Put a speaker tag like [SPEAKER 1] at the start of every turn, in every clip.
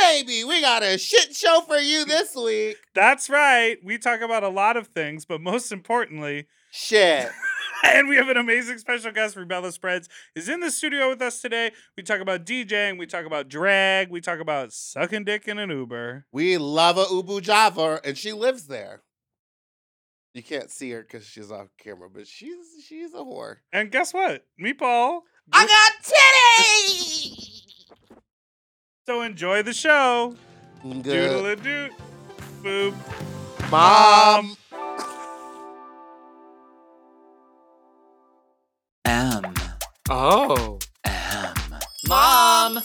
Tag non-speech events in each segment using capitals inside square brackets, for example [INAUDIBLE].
[SPEAKER 1] baby, we got a shit show for you this week.
[SPEAKER 2] That's right. We talk about a lot of things, but most importantly,
[SPEAKER 1] Shit.
[SPEAKER 2] [LAUGHS] and we have an amazing special guest, Rebella Spreads, is in the studio with us today. We talk about DJing, we talk about drag, we talk about sucking dick in an Uber.
[SPEAKER 1] We love a Ubu Java, and she lives there. You can't see her because she's off camera, but she's she's a whore.
[SPEAKER 2] And guess what? Meatball.
[SPEAKER 1] I got titties.
[SPEAKER 2] So enjoy the show.
[SPEAKER 1] Good.
[SPEAKER 2] Doodle doot. Boop.
[SPEAKER 1] Mom.
[SPEAKER 3] M.
[SPEAKER 4] Oh.
[SPEAKER 3] M.
[SPEAKER 4] Mom.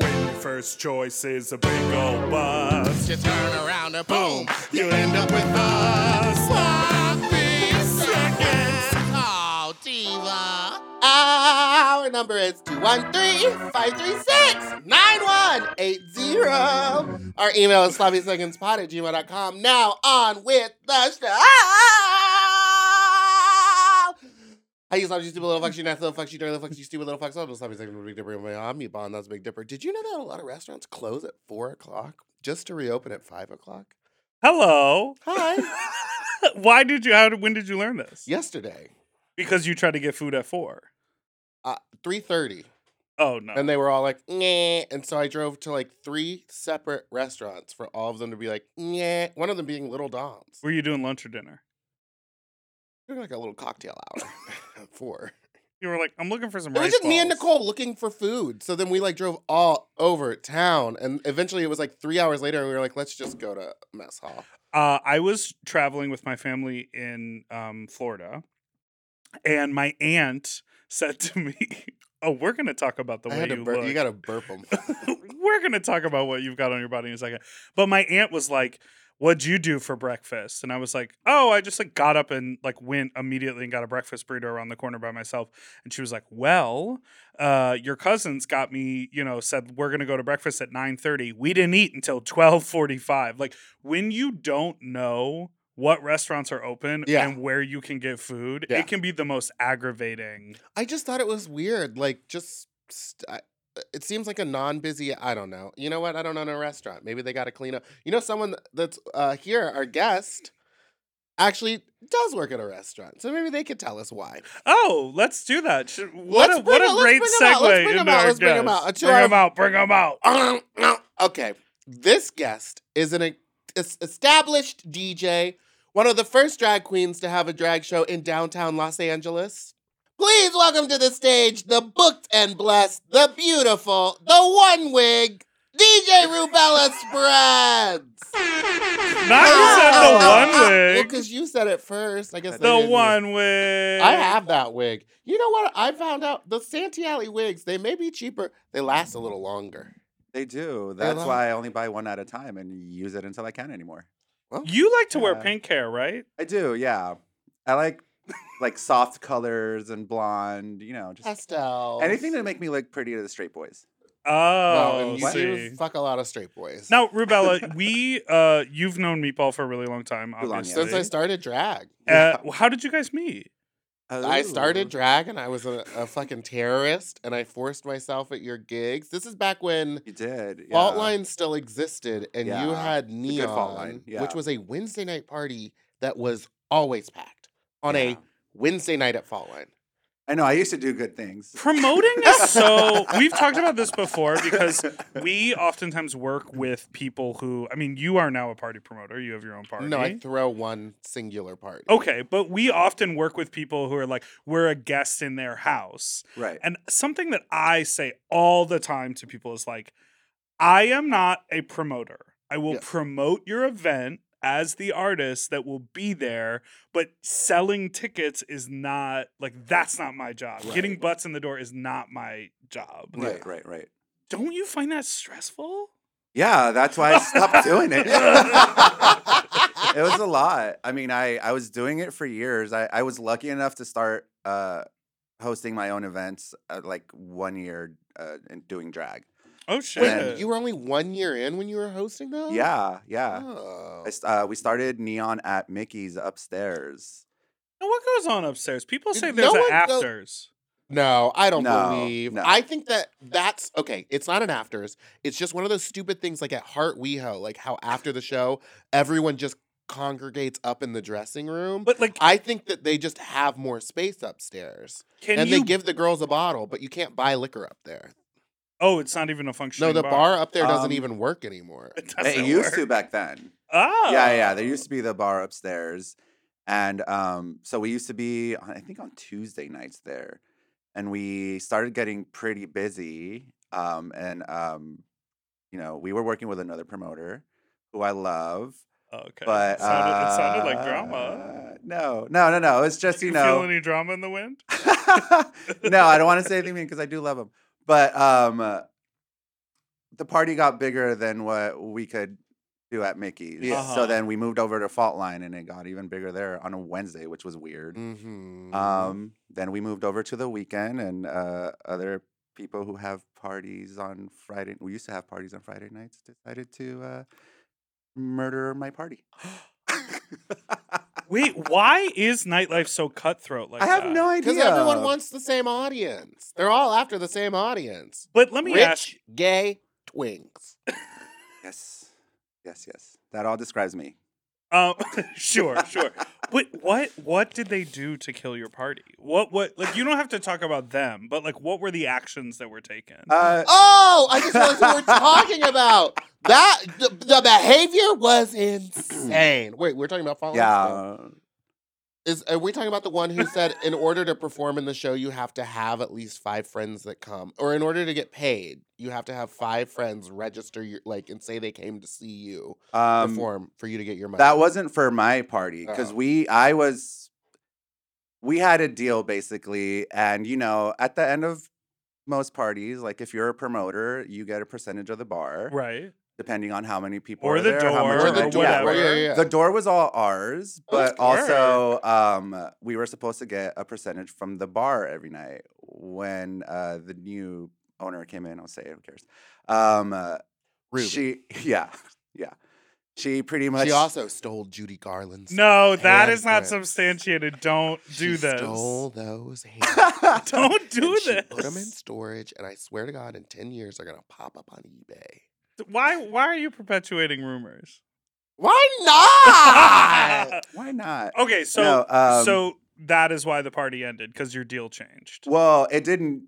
[SPEAKER 2] When your first choice is a big old bus,
[SPEAKER 1] You turn around and boom, you end up with a sloppy seconds. Oh, diva. Our number is 213-536-9180. Our email is sloppysecondspot at gmail.com. Now on with the show. How you sloppy, you stupid little fucks, you nasty little fucks, you dirty little fucks, you stupid little fucks. I'm the sloppy second with Big Dipper. I'm your bond, that's Big Dipper. Did you know that a lot of restaurants close at 4 o'clock just to reopen at 5 o'clock?
[SPEAKER 2] hello.
[SPEAKER 1] Hi.
[SPEAKER 2] [LAUGHS] Why did you? How? did- When did you learn this?
[SPEAKER 1] Yesterday,
[SPEAKER 2] Because you tried to get food at four.
[SPEAKER 1] uh, 3.30.
[SPEAKER 2] Oh no.
[SPEAKER 1] And they were all like, yeah. And so I drove to like three separate restaurants for all of them to be like, yeah. One of them being Little Dom's.
[SPEAKER 2] Were you doing lunch or dinner?
[SPEAKER 1] We were like a little cocktail hour [LAUGHS] at four.
[SPEAKER 2] You were like, I'm looking for some.
[SPEAKER 1] It was
[SPEAKER 2] rice
[SPEAKER 1] just me and
[SPEAKER 2] balls.
[SPEAKER 1] Nicole looking for food. So then we like drove all over town. And eventually it was like three hours later and we were like, let's just go to mess hall.
[SPEAKER 2] Uh, I was traveling with my family in um, Florida, and my aunt said to me, [LAUGHS] "Oh, we're going to talk about the
[SPEAKER 1] I
[SPEAKER 2] way
[SPEAKER 1] had
[SPEAKER 2] you
[SPEAKER 1] to burp.
[SPEAKER 2] look.
[SPEAKER 1] You got to burp them.
[SPEAKER 2] [LAUGHS] we're going to talk about what you've got on your body in a second. But my aunt was like, "What'd you do for breakfast?" And I was like, "Oh, I just like got up and like went immediately and got a breakfast burrito around the corner by myself." And she was like, "Well, uh, your cousins got me, you know, said we're going to go to breakfast at 9:30. We didn't eat until 12:45." Like when you don't know what restaurants are open
[SPEAKER 1] Yeah.
[SPEAKER 2] and where you can get food,
[SPEAKER 1] Yeah.
[SPEAKER 2] it can be the most aggravating.
[SPEAKER 1] I just thought it was weird. Like, just st- I, uh, it seems like a non-busy. I don't know. You know what? I don't own a restaurant. Maybe they got to clean up. You know, someone that's uh, here, our guest, actually does work at a restaurant, so maybe they could tell us why.
[SPEAKER 2] Oh, let's do that. Should- What
[SPEAKER 1] Let's
[SPEAKER 2] a
[SPEAKER 1] bring
[SPEAKER 2] what
[SPEAKER 1] it-
[SPEAKER 2] a
[SPEAKER 1] let's
[SPEAKER 2] great
[SPEAKER 1] bring 'em out, let's
[SPEAKER 2] segue
[SPEAKER 1] bring 'em
[SPEAKER 2] into
[SPEAKER 1] out,
[SPEAKER 2] our
[SPEAKER 1] let's bring 'em
[SPEAKER 2] guest.
[SPEAKER 1] out. To
[SPEAKER 2] Bring
[SPEAKER 1] our-
[SPEAKER 2] 'em out. Bring 'em
[SPEAKER 1] [LAUGHS]
[SPEAKER 2] out.
[SPEAKER 1] okay, this guest is an e, es- established DJ, one of the first drag queens to have a drag show in downtown Los Angeles. Please welcome to the stage the booked and blessed, the beautiful, the one wig, DJ Rubella Spreads.
[SPEAKER 2] Not you
[SPEAKER 1] Oh,
[SPEAKER 2] said the one wig.
[SPEAKER 1] because you said it first. I guess they
[SPEAKER 2] the
[SPEAKER 1] didn't.
[SPEAKER 2] one wig.
[SPEAKER 1] I have that wig. You know what? I found out the Santee Alley wigs, they may be cheaper, they last a little longer.
[SPEAKER 3] They do.
[SPEAKER 1] They
[SPEAKER 3] That's
[SPEAKER 1] love-
[SPEAKER 3] why I only buy one at a time and use it until I can anymore.
[SPEAKER 2] You like to wear
[SPEAKER 3] Yeah.
[SPEAKER 2] pink hair, right?
[SPEAKER 3] I do, yeah. I like like soft colors and blonde, you know, just
[SPEAKER 1] Pastel.
[SPEAKER 3] anything to make me look pretty to the straight boys.
[SPEAKER 1] Well,
[SPEAKER 2] Oh,
[SPEAKER 1] and you
[SPEAKER 2] see.
[SPEAKER 1] do fuck a lot of straight boys.
[SPEAKER 2] Now,
[SPEAKER 1] [LAUGHS]
[SPEAKER 2] Rubella, we uh, you've known Meatball for a really long time,
[SPEAKER 3] Too long, yeah.
[SPEAKER 2] obviously.
[SPEAKER 1] since I started drag,
[SPEAKER 2] uh, how did you guys meet?
[SPEAKER 1] I started
[SPEAKER 3] Ooh.
[SPEAKER 1] drag and I was a, a fucking terrorist and I forced myself at your gigs. This is back when
[SPEAKER 3] You did. Yeah.
[SPEAKER 1] fault line still existed and you
[SPEAKER 3] Yeah,
[SPEAKER 1] had
[SPEAKER 3] good
[SPEAKER 1] neon,
[SPEAKER 3] Fault Line, yeah.
[SPEAKER 1] which was a Wednesday night party that was always packed on
[SPEAKER 3] Yeah.
[SPEAKER 1] a Wednesday night at fault line.
[SPEAKER 3] I know. I used to do good things.
[SPEAKER 2] Promoting is
[SPEAKER 1] [LAUGHS]
[SPEAKER 2] so. We've talked about this before because we oftentimes work with people who. I mean, you are now a party promoter. You have your own party. Oh,
[SPEAKER 1] No, I throw one singular party. [LAUGHS]
[SPEAKER 2] Okay, but we often work with people who are like, we're a guest in their house.
[SPEAKER 3] [LAUGHS] right.
[SPEAKER 2] And something that I say all the time to people is like, I am not a promoter. I will
[SPEAKER 1] Yeah.
[SPEAKER 2] promote your event as the artist that will be there, but selling tickets is not like that's not my job.
[SPEAKER 3] Right.
[SPEAKER 2] Getting butts in the door is not my job.
[SPEAKER 1] Yeah.
[SPEAKER 3] Right. Right. Right.
[SPEAKER 2] Don't you find that stressful?
[SPEAKER 3] Yeah. That's why I stopped doing
[SPEAKER 1] [LAUGHS]
[SPEAKER 3] it. it was a lot. I mean, I, I was doing it for years. I, I was lucky enough to start uh, hosting my own events uh, like one year uh, and doing drag.
[SPEAKER 2] Oh
[SPEAKER 3] Yeah.
[SPEAKER 2] shit.
[SPEAKER 1] Wait, you were only one year in when you were hosting though?
[SPEAKER 3] Yeah, yeah.
[SPEAKER 1] Oh.
[SPEAKER 3] I s uh, we started Neon at Mickey's upstairs.
[SPEAKER 2] and what goes on upstairs? People say
[SPEAKER 1] No
[SPEAKER 2] there's a
[SPEAKER 1] one go-
[SPEAKER 2] afters.
[SPEAKER 1] No, I don't
[SPEAKER 3] No,
[SPEAKER 1] believe.
[SPEAKER 3] no.
[SPEAKER 1] I think that that's okay. It's not an afters. It's just one of those stupid things like at Heart WeHo, like how after the show, everyone just congregates up in the dressing room.
[SPEAKER 2] But like,
[SPEAKER 1] I think that they just have more space upstairs.
[SPEAKER 2] can
[SPEAKER 1] and
[SPEAKER 2] you?
[SPEAKER 1] they give the girls a bottle, but you can't buy liquor up there.
[SPEAKER 2] oh, it's not even a functioning.
[SPEAKER 1] No, the bar up there doesn't
[SPEAKER 3] Um,
[SPEAKER 1] even work anymore.
[SPEAKER 2] [LAUGHS] It
[SPEAKER 3] It
[SPEAKER 2] doesn't
[SPEAKER 3] used
[SPEAKER 2] work.
[SPEAKER 3] to back then.
[SPEAKER 2] Oh, [LAUGHS]
[SPEAKER 3] Yeah, yeah. There used to be the bar upstairs, and um, so we used to be, on- I think, on Tuesday nights there, and we started getting pretty busy. Um, and um, you know, we were working with another promoter who I love,
[SPEAKER 2] Oh, okay.
[SPEAKER 3] but
[SPEAKER 2] it, sounded, it sounded like drama.
[SPEAKER 3] uh, No, no, no, no. It's just
[SPEAKER 2] Do
[SPEAKER 3] you
[SPEAKER 2] you
[SPEAKER 3] know.
[SPEAKER 2] feel any [LAUGHS] drama in the wind?
[SPEAKER 3] no, [LAUGHS] I don't want to say anything mean because I do love him. But um, uh, the party got bigger than what we could do at Mickey's.
[SPEAKER 1] Yeah.
[SPEAKER 2] Uh-huh.
[SPEAKER 3] So then we moved over to Fault Line and it got even bigger there on a Wednesday, which was weird.
[SPEAKER 1] Mhm.
[SPEAKER 2] Mm-hmm.
[SPEAKER 3] Um, then we moved over to the weekend and uh, other people who have parties on Friday. We used to have parties on Friday nights. Decided to uh, murder my
[SPEAKER 2] [GASPS]
[SPEAKER 3] party.
[SPEAKER 2] [LAUGHS]
[SPEAKER 3] [LAUGHS]
[SPEAKER 2] Wait, why is nightlife so cutthroat like
[SPEAKER 3] I have
[SPEAKER 2] that?
[SPEAKER 3] no idea.
[SPEAKER 1] because everyone wants the same audience. They're all after the same audience.
[SPEAKER 2] But let me
[SPEAKER 1] Rich,
[SPEAKER 2] ask.
[SPEAKER 1] gay, twinks.
[SPEAKER 3] Yes, yes, yes. That all describes me.
[SPEAKER 2] Um, [LAUGHS] sure, sure. But what what did they do to kill your party? What what like you don't have to talk about them, but like what were the actions that were taken?
[SPEAKER 3] Uh,
[SPEAKER 1] Oh, I just realized what we're talking about. That the, the behavior was insane. Wait, we're talking about following.
[SPEAKER 3] yeah.
[SPEAKER 1] Is are we talking about the one who said in order to perform in the show you have to have at least five friends that come, or in order to get paid you have to have five friends register your like and say they came to see you
[SPEAKER 3] Um,
[SPEAKER 1] perform for you to get your money.
[SPEAKER 3] that wasn't for my party
[SPEAKER 2] Uh-huh.
[SPEAKER 3] because
[SPEAKER 1] Oh.
[SPEAKER 3] we, I was, we had a deal basically, and you know, at the end of most parties, like if you're a promoter, you get a percentage of the bar,
[SPEAKER 2] right.
[SPEAKER 3] depending on how many people
[SPEAKER 2] Or
[SPEAKER 3] are
[SPEAKER 2] the
[SPEAKER 3] there,
[SPEAKER 2] door
[SPEAKER 3] how much
[SPEAKER 1] or
[SPEAKER 3] of
[SPEAKER 1] the
[SPEAKER 2] or
[SPEAKER 1] door.
[SPEAKER 3] Yeah,
[SPEAKER 2] whatever.
[SPEAKER 1] Yeah, yeah, yeah.
[SPEAKER 3] The door was all ours,
[SPEAKER 1] That's
[SPEAKER 3] but also um, we were supposed to get a percentage from the bar every night. When uh, the new owner came in, I'll say it, who cares? Um, uh,
[SPEAKER 1] Ruby. She,
[SPEAKER 3] She, yeah, yeah. She pretty much. [LAUGHS]
[SPEAKER 1] also stole Judy Garland's.
[SPEAKER 2] No, that is not
[SPEAKER 1] Handprints.
[SPEAKER 2] substantiated. Don't do
[SPEAKER 1] she
[SPEAKER 2] this.
[SPEAKER 1] Stole
[SPEAKER 3] [LAUGHS]
[SPEAKER 1] those hands.
[SPEAKER 2] [LAUGHS] Don't do
[SPEAKER 1] and she
[SPEAKER 2] this.
[SPEAKER 1] Put them in storage, and I swear to God, in ten years they're gonna pop up on eBay.
[SPEAKER 2] Why why are you perpetuating rumors?
[SPEAKER 1] Why [LAUGHS]
[SPEAKER 3] [LAUGHS]
[SPEAKER 1] not?
[SPEAKER 3] Why not?
[SPEAKER 2] okay, so
[SPEAKER 3] No, um,
[SPEAKER 2] so that is why the party ended because your deal changed.
[SPEAKER 3] Well, it didn't.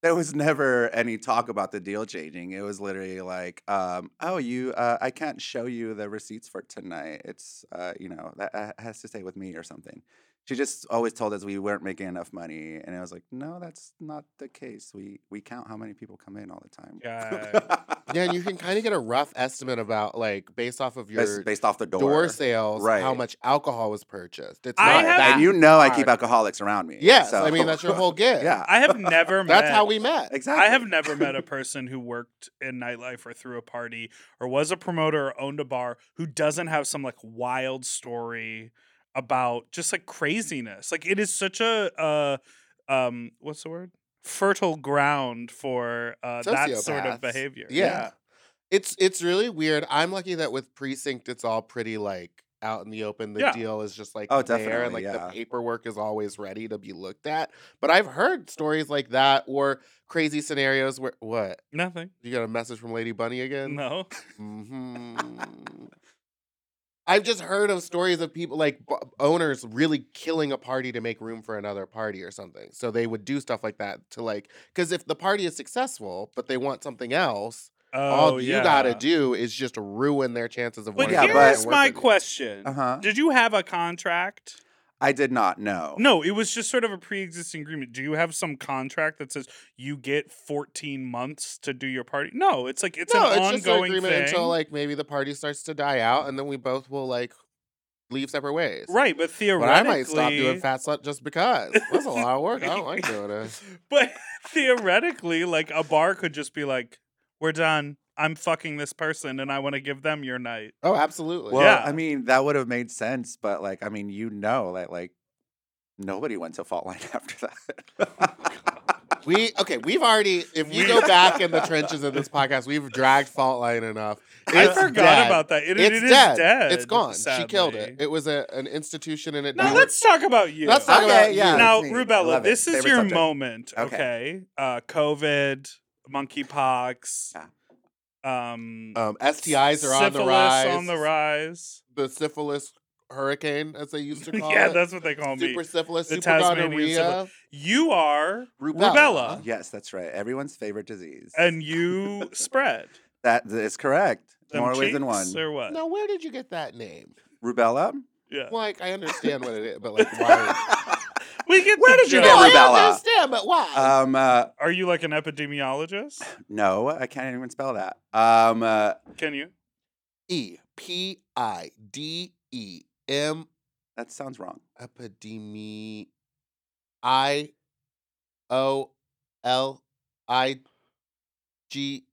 [SPEAKER 3] There was never any talk about the deal changing. It was literally like, um, "Oh, you, uh, I can't show you the receipts for tonight. It's, uh, you know, that uh, has to stay with me or something." She just always told us we weren't making enough money, and I was like, "No, that's not the case. We we count how many people come in all the time.
[SPEAKER 1] yeah, and you can kind of get a rough estimate about like based off of your
[SPEAKER 3] [LAUGHS] Based, based off the door.
[SPEAKER 1] door. sales, how
[SPEAKER 3] Right.
[SPEAKER 1] much alcohol was purchased. It's
[SPEAKER 2] I
[SPEAKER 1] not
[SPEAKER 3] Right.
[SPEAKER 2] have-
[SPEAKER 1] that.
[SPEAKER 3] and you know, I keep
[SPEAKER 1] hard.
[SPEAKER 3] alcoholics around me.
[SPEAKER 1] yes,
[SPEAKER 3] so-
[SPEAKER 1] I mean that's your
[SPEAKER 3] [LAUGHS]
[SPEAKER 1] whole gig.
[SPEAKER 3] yeah.
[SPEAKER 1] [LAUGHS]
[SPEAKER 2] I have never met
[SPEAKER 1] that's how we met.
[SPEAKER 3] Exactly.
[SPEAKER 2] I have never
[SPEAKER 1] [LAUGHS]
[SPEAKER 2] met
[SPEAKER 3] [LAUGHS]
[SPEAKER 2] a person who worked in nightlife or threw a party or was a promoter or owned a bar who doesn't have some like wild story about just like craziness. Like it is such a uh um what's the word? Fertile ground for uh that sort of
[SPEAKER 1] Sociopaths.
[SPEAKER 2] behavior.
[SPEAKER 1] Yeah. it's it's really weird. I'm lucky that with precinct, it's all pretty like out in the open. The
[SPEAKER 2] Yeah.
[SPEAKER 1] deal is just like
[SPEAKER 3] Oh,
[SPEAKER 1] there, and
[SPEAKER 3] definitely,
[SPEAKER 1] like
[SPEAKER 3] yeah.
[SPEAKER 1] the paperwork is always ready to be looked at. But I've heard stories like that or crazy scenarios where what
[SPEAKER 2] Nothing.
[SPEAKER 1] you got a message from Lady Bunny again?
[SPEAKER 2] No.
[SPEAKER 1] hmm I've just heard of stories of people like b- owners really killing a party to make room for another party or something. So they would do stuff like that to like because if the party is successul but they want something else,
[SPEAKER 2] Oh,
[SPEAKER 1] all you gotta
[SPEAKER 2] yeah.
[SPEAKER 1] do is just ruin their chances of.
[SPEAKER 2] But
[SPEAKER 1] winning.
[SPEAKER 3] Yeah,
[SPEAKER 1] the party
[SPEAKER 2] here's
[SPEAKER 1] and work
[SPEAKER 2] my
[SPEAKER 1] with you.
[SPEAKER 2] question.
[SPEAKER 1] Uh-huh.
[SPEAKER 3] Uh huh.
[SPEAKER 2] Did you have a contract?
[SPEAKER 3] I did not know.
[SPEAKER 2] No, it was just sort of a pre-existing agreement. Do you have some contract that says you get 14 months to do your party? No, it's like it's
[SPEAKER 1] no, it's
[SPEAKER 2] an ongoing
[SPEAKER 1] just an agreement
[SPEAKER 2] thing.
[SPEAKER 1] until like maybe the party starts to die out, and then we both will like leave separate ways.
[SPEAKER 2] right, but
[SPEAKER 1] But
[SPEAKER 2] theoretically,
[SPEAKER 1] I might stop doing fat slut just because. That's a lot of work. I don't like doing this.
[SPEAKER 2] [LAUGHS] But theoretically, like a bar could just be like, "We're done. I'm fucking this person, and I want to give them your night."
[SPEAKER 1] Oh, absolutely.
[SPEAKER 3] Well,
[SPEAKER 2] Yeah.
[SPEAKER 3] I mean, that would have made sense, but like, [LAUGHS] I mean, you know that like nobody went to fault line after that.
[SPEAKER 1] We okay. We've already. If you
[SPEAKER 2] We- [LAUGHS]
[SPEAKER 1] go back in the trenches of this podcast, we've dragged fault line enough.
[SPEAKER 2] I
[SPEAKER 1] It's
[SPEAKER 2] forgot
[SPEAKER 1] dead.
[SPEAKER 2] about that. It,
[SPEAKER 1] it's
[SPEAKER 2] it is
[SPEAKER 1] dead.
[SPEAKER 2] dead.
[SPEAKER 1] It's gone. She killed
[SPEAKER 2] sadly.
[SPEAKER 1] it. It was a, an institution, and it.
[SPEAKER 2] Now
[SPEAKER 1] died.
[SPEAKER 2] let's talk about you.
[SPEAKER 1] Let's talk
[SPEAKER 3] Okay,
[SPEAKER 1] about
[SPEAKER 3] yeah.
[SPEAKER 1] you.
[SPEAKER 2] now,
[SPEAKER 3] Neat. I
[SPEAKER 2] Rubella,
[SPEAKER 3] love it.
[SPEAKER 2] this is
[SPEAKER 3] Favorite
[SPEAKER 2] your
[SPEAKER 3] subject.
[SPEAKER 2] moment,
[SPEAKER 3] Okay.
[SPEAKER 2] okay? Uh, COVID, monkeypox, um,
[SPEAKER 3] Uh,
[SPEAKER 1] Um, STIs are on the
[SPEAKER 2] syphilis
[SPEAKER 1] rise.
[SPEAKER 2] on the rise.
[SPEAKER 1] The syphilis hurricane, as they used
[SPEAKER 2] [LAUGHS]
[SPEAKER 1] to call
[SPEAKER 2] yeah,
[SPEAKER 1] it.
[SPEAKER 2] that's what they call me.
[SPEAKER 1] super syphilis,
[SPEAKER 2] The
[SPEAKER 1] super
[SPEAKER 2] Tasmanian
[SPEAKER 1] gonorrhea, uh,
[SPEAKER 2] You are
[SPEAKER 1] rubella.
[SPEAKER 2] rubella.
[SPEAKER 3] Yes, that's right. Everyone's favorite disease.
[SPEAKER 2] and you spread
[SPEAKER 3] that is correct.
[SPEAKER 2] them
[SPEAKER 3] More ways than one.
[SPEAKER 2] cheeks or what?
[SPEAKER 1] Now, where did you get that name?
[SPEAKER 3] Rubella.
[SPEAKER 2] Yeah,
[SPEAKER 1] Like, I understand what it is, but like,
[SPEAKER 2] [LAUGHS]
[SPEAKER 1] why?
[SPEAKER 2] we get.
[SPEAKER 3] Where
[SPEAKER 2] the
[SPEAKER 3] did you
[SPEAKER 2] joke.
[SPEAKER 3] get
[SPEAKER 1] No,
[SPEAKER 3] rubella.
[SPEAKER 1] I understand, but why?
[SPEAKER 3] [LAUGHS] Um, uh,
[SPEAKER 2] Are you like an epidemiologist?
[SPEAKER 3] no, I can't even spell that. Um, uh,
[SPEAKER 2] Can you?
[SPEAKER 1] E P I D E M
[SPEAKER 3] that sounds wrong.
[SPEAKER 1] epidemi I O L I G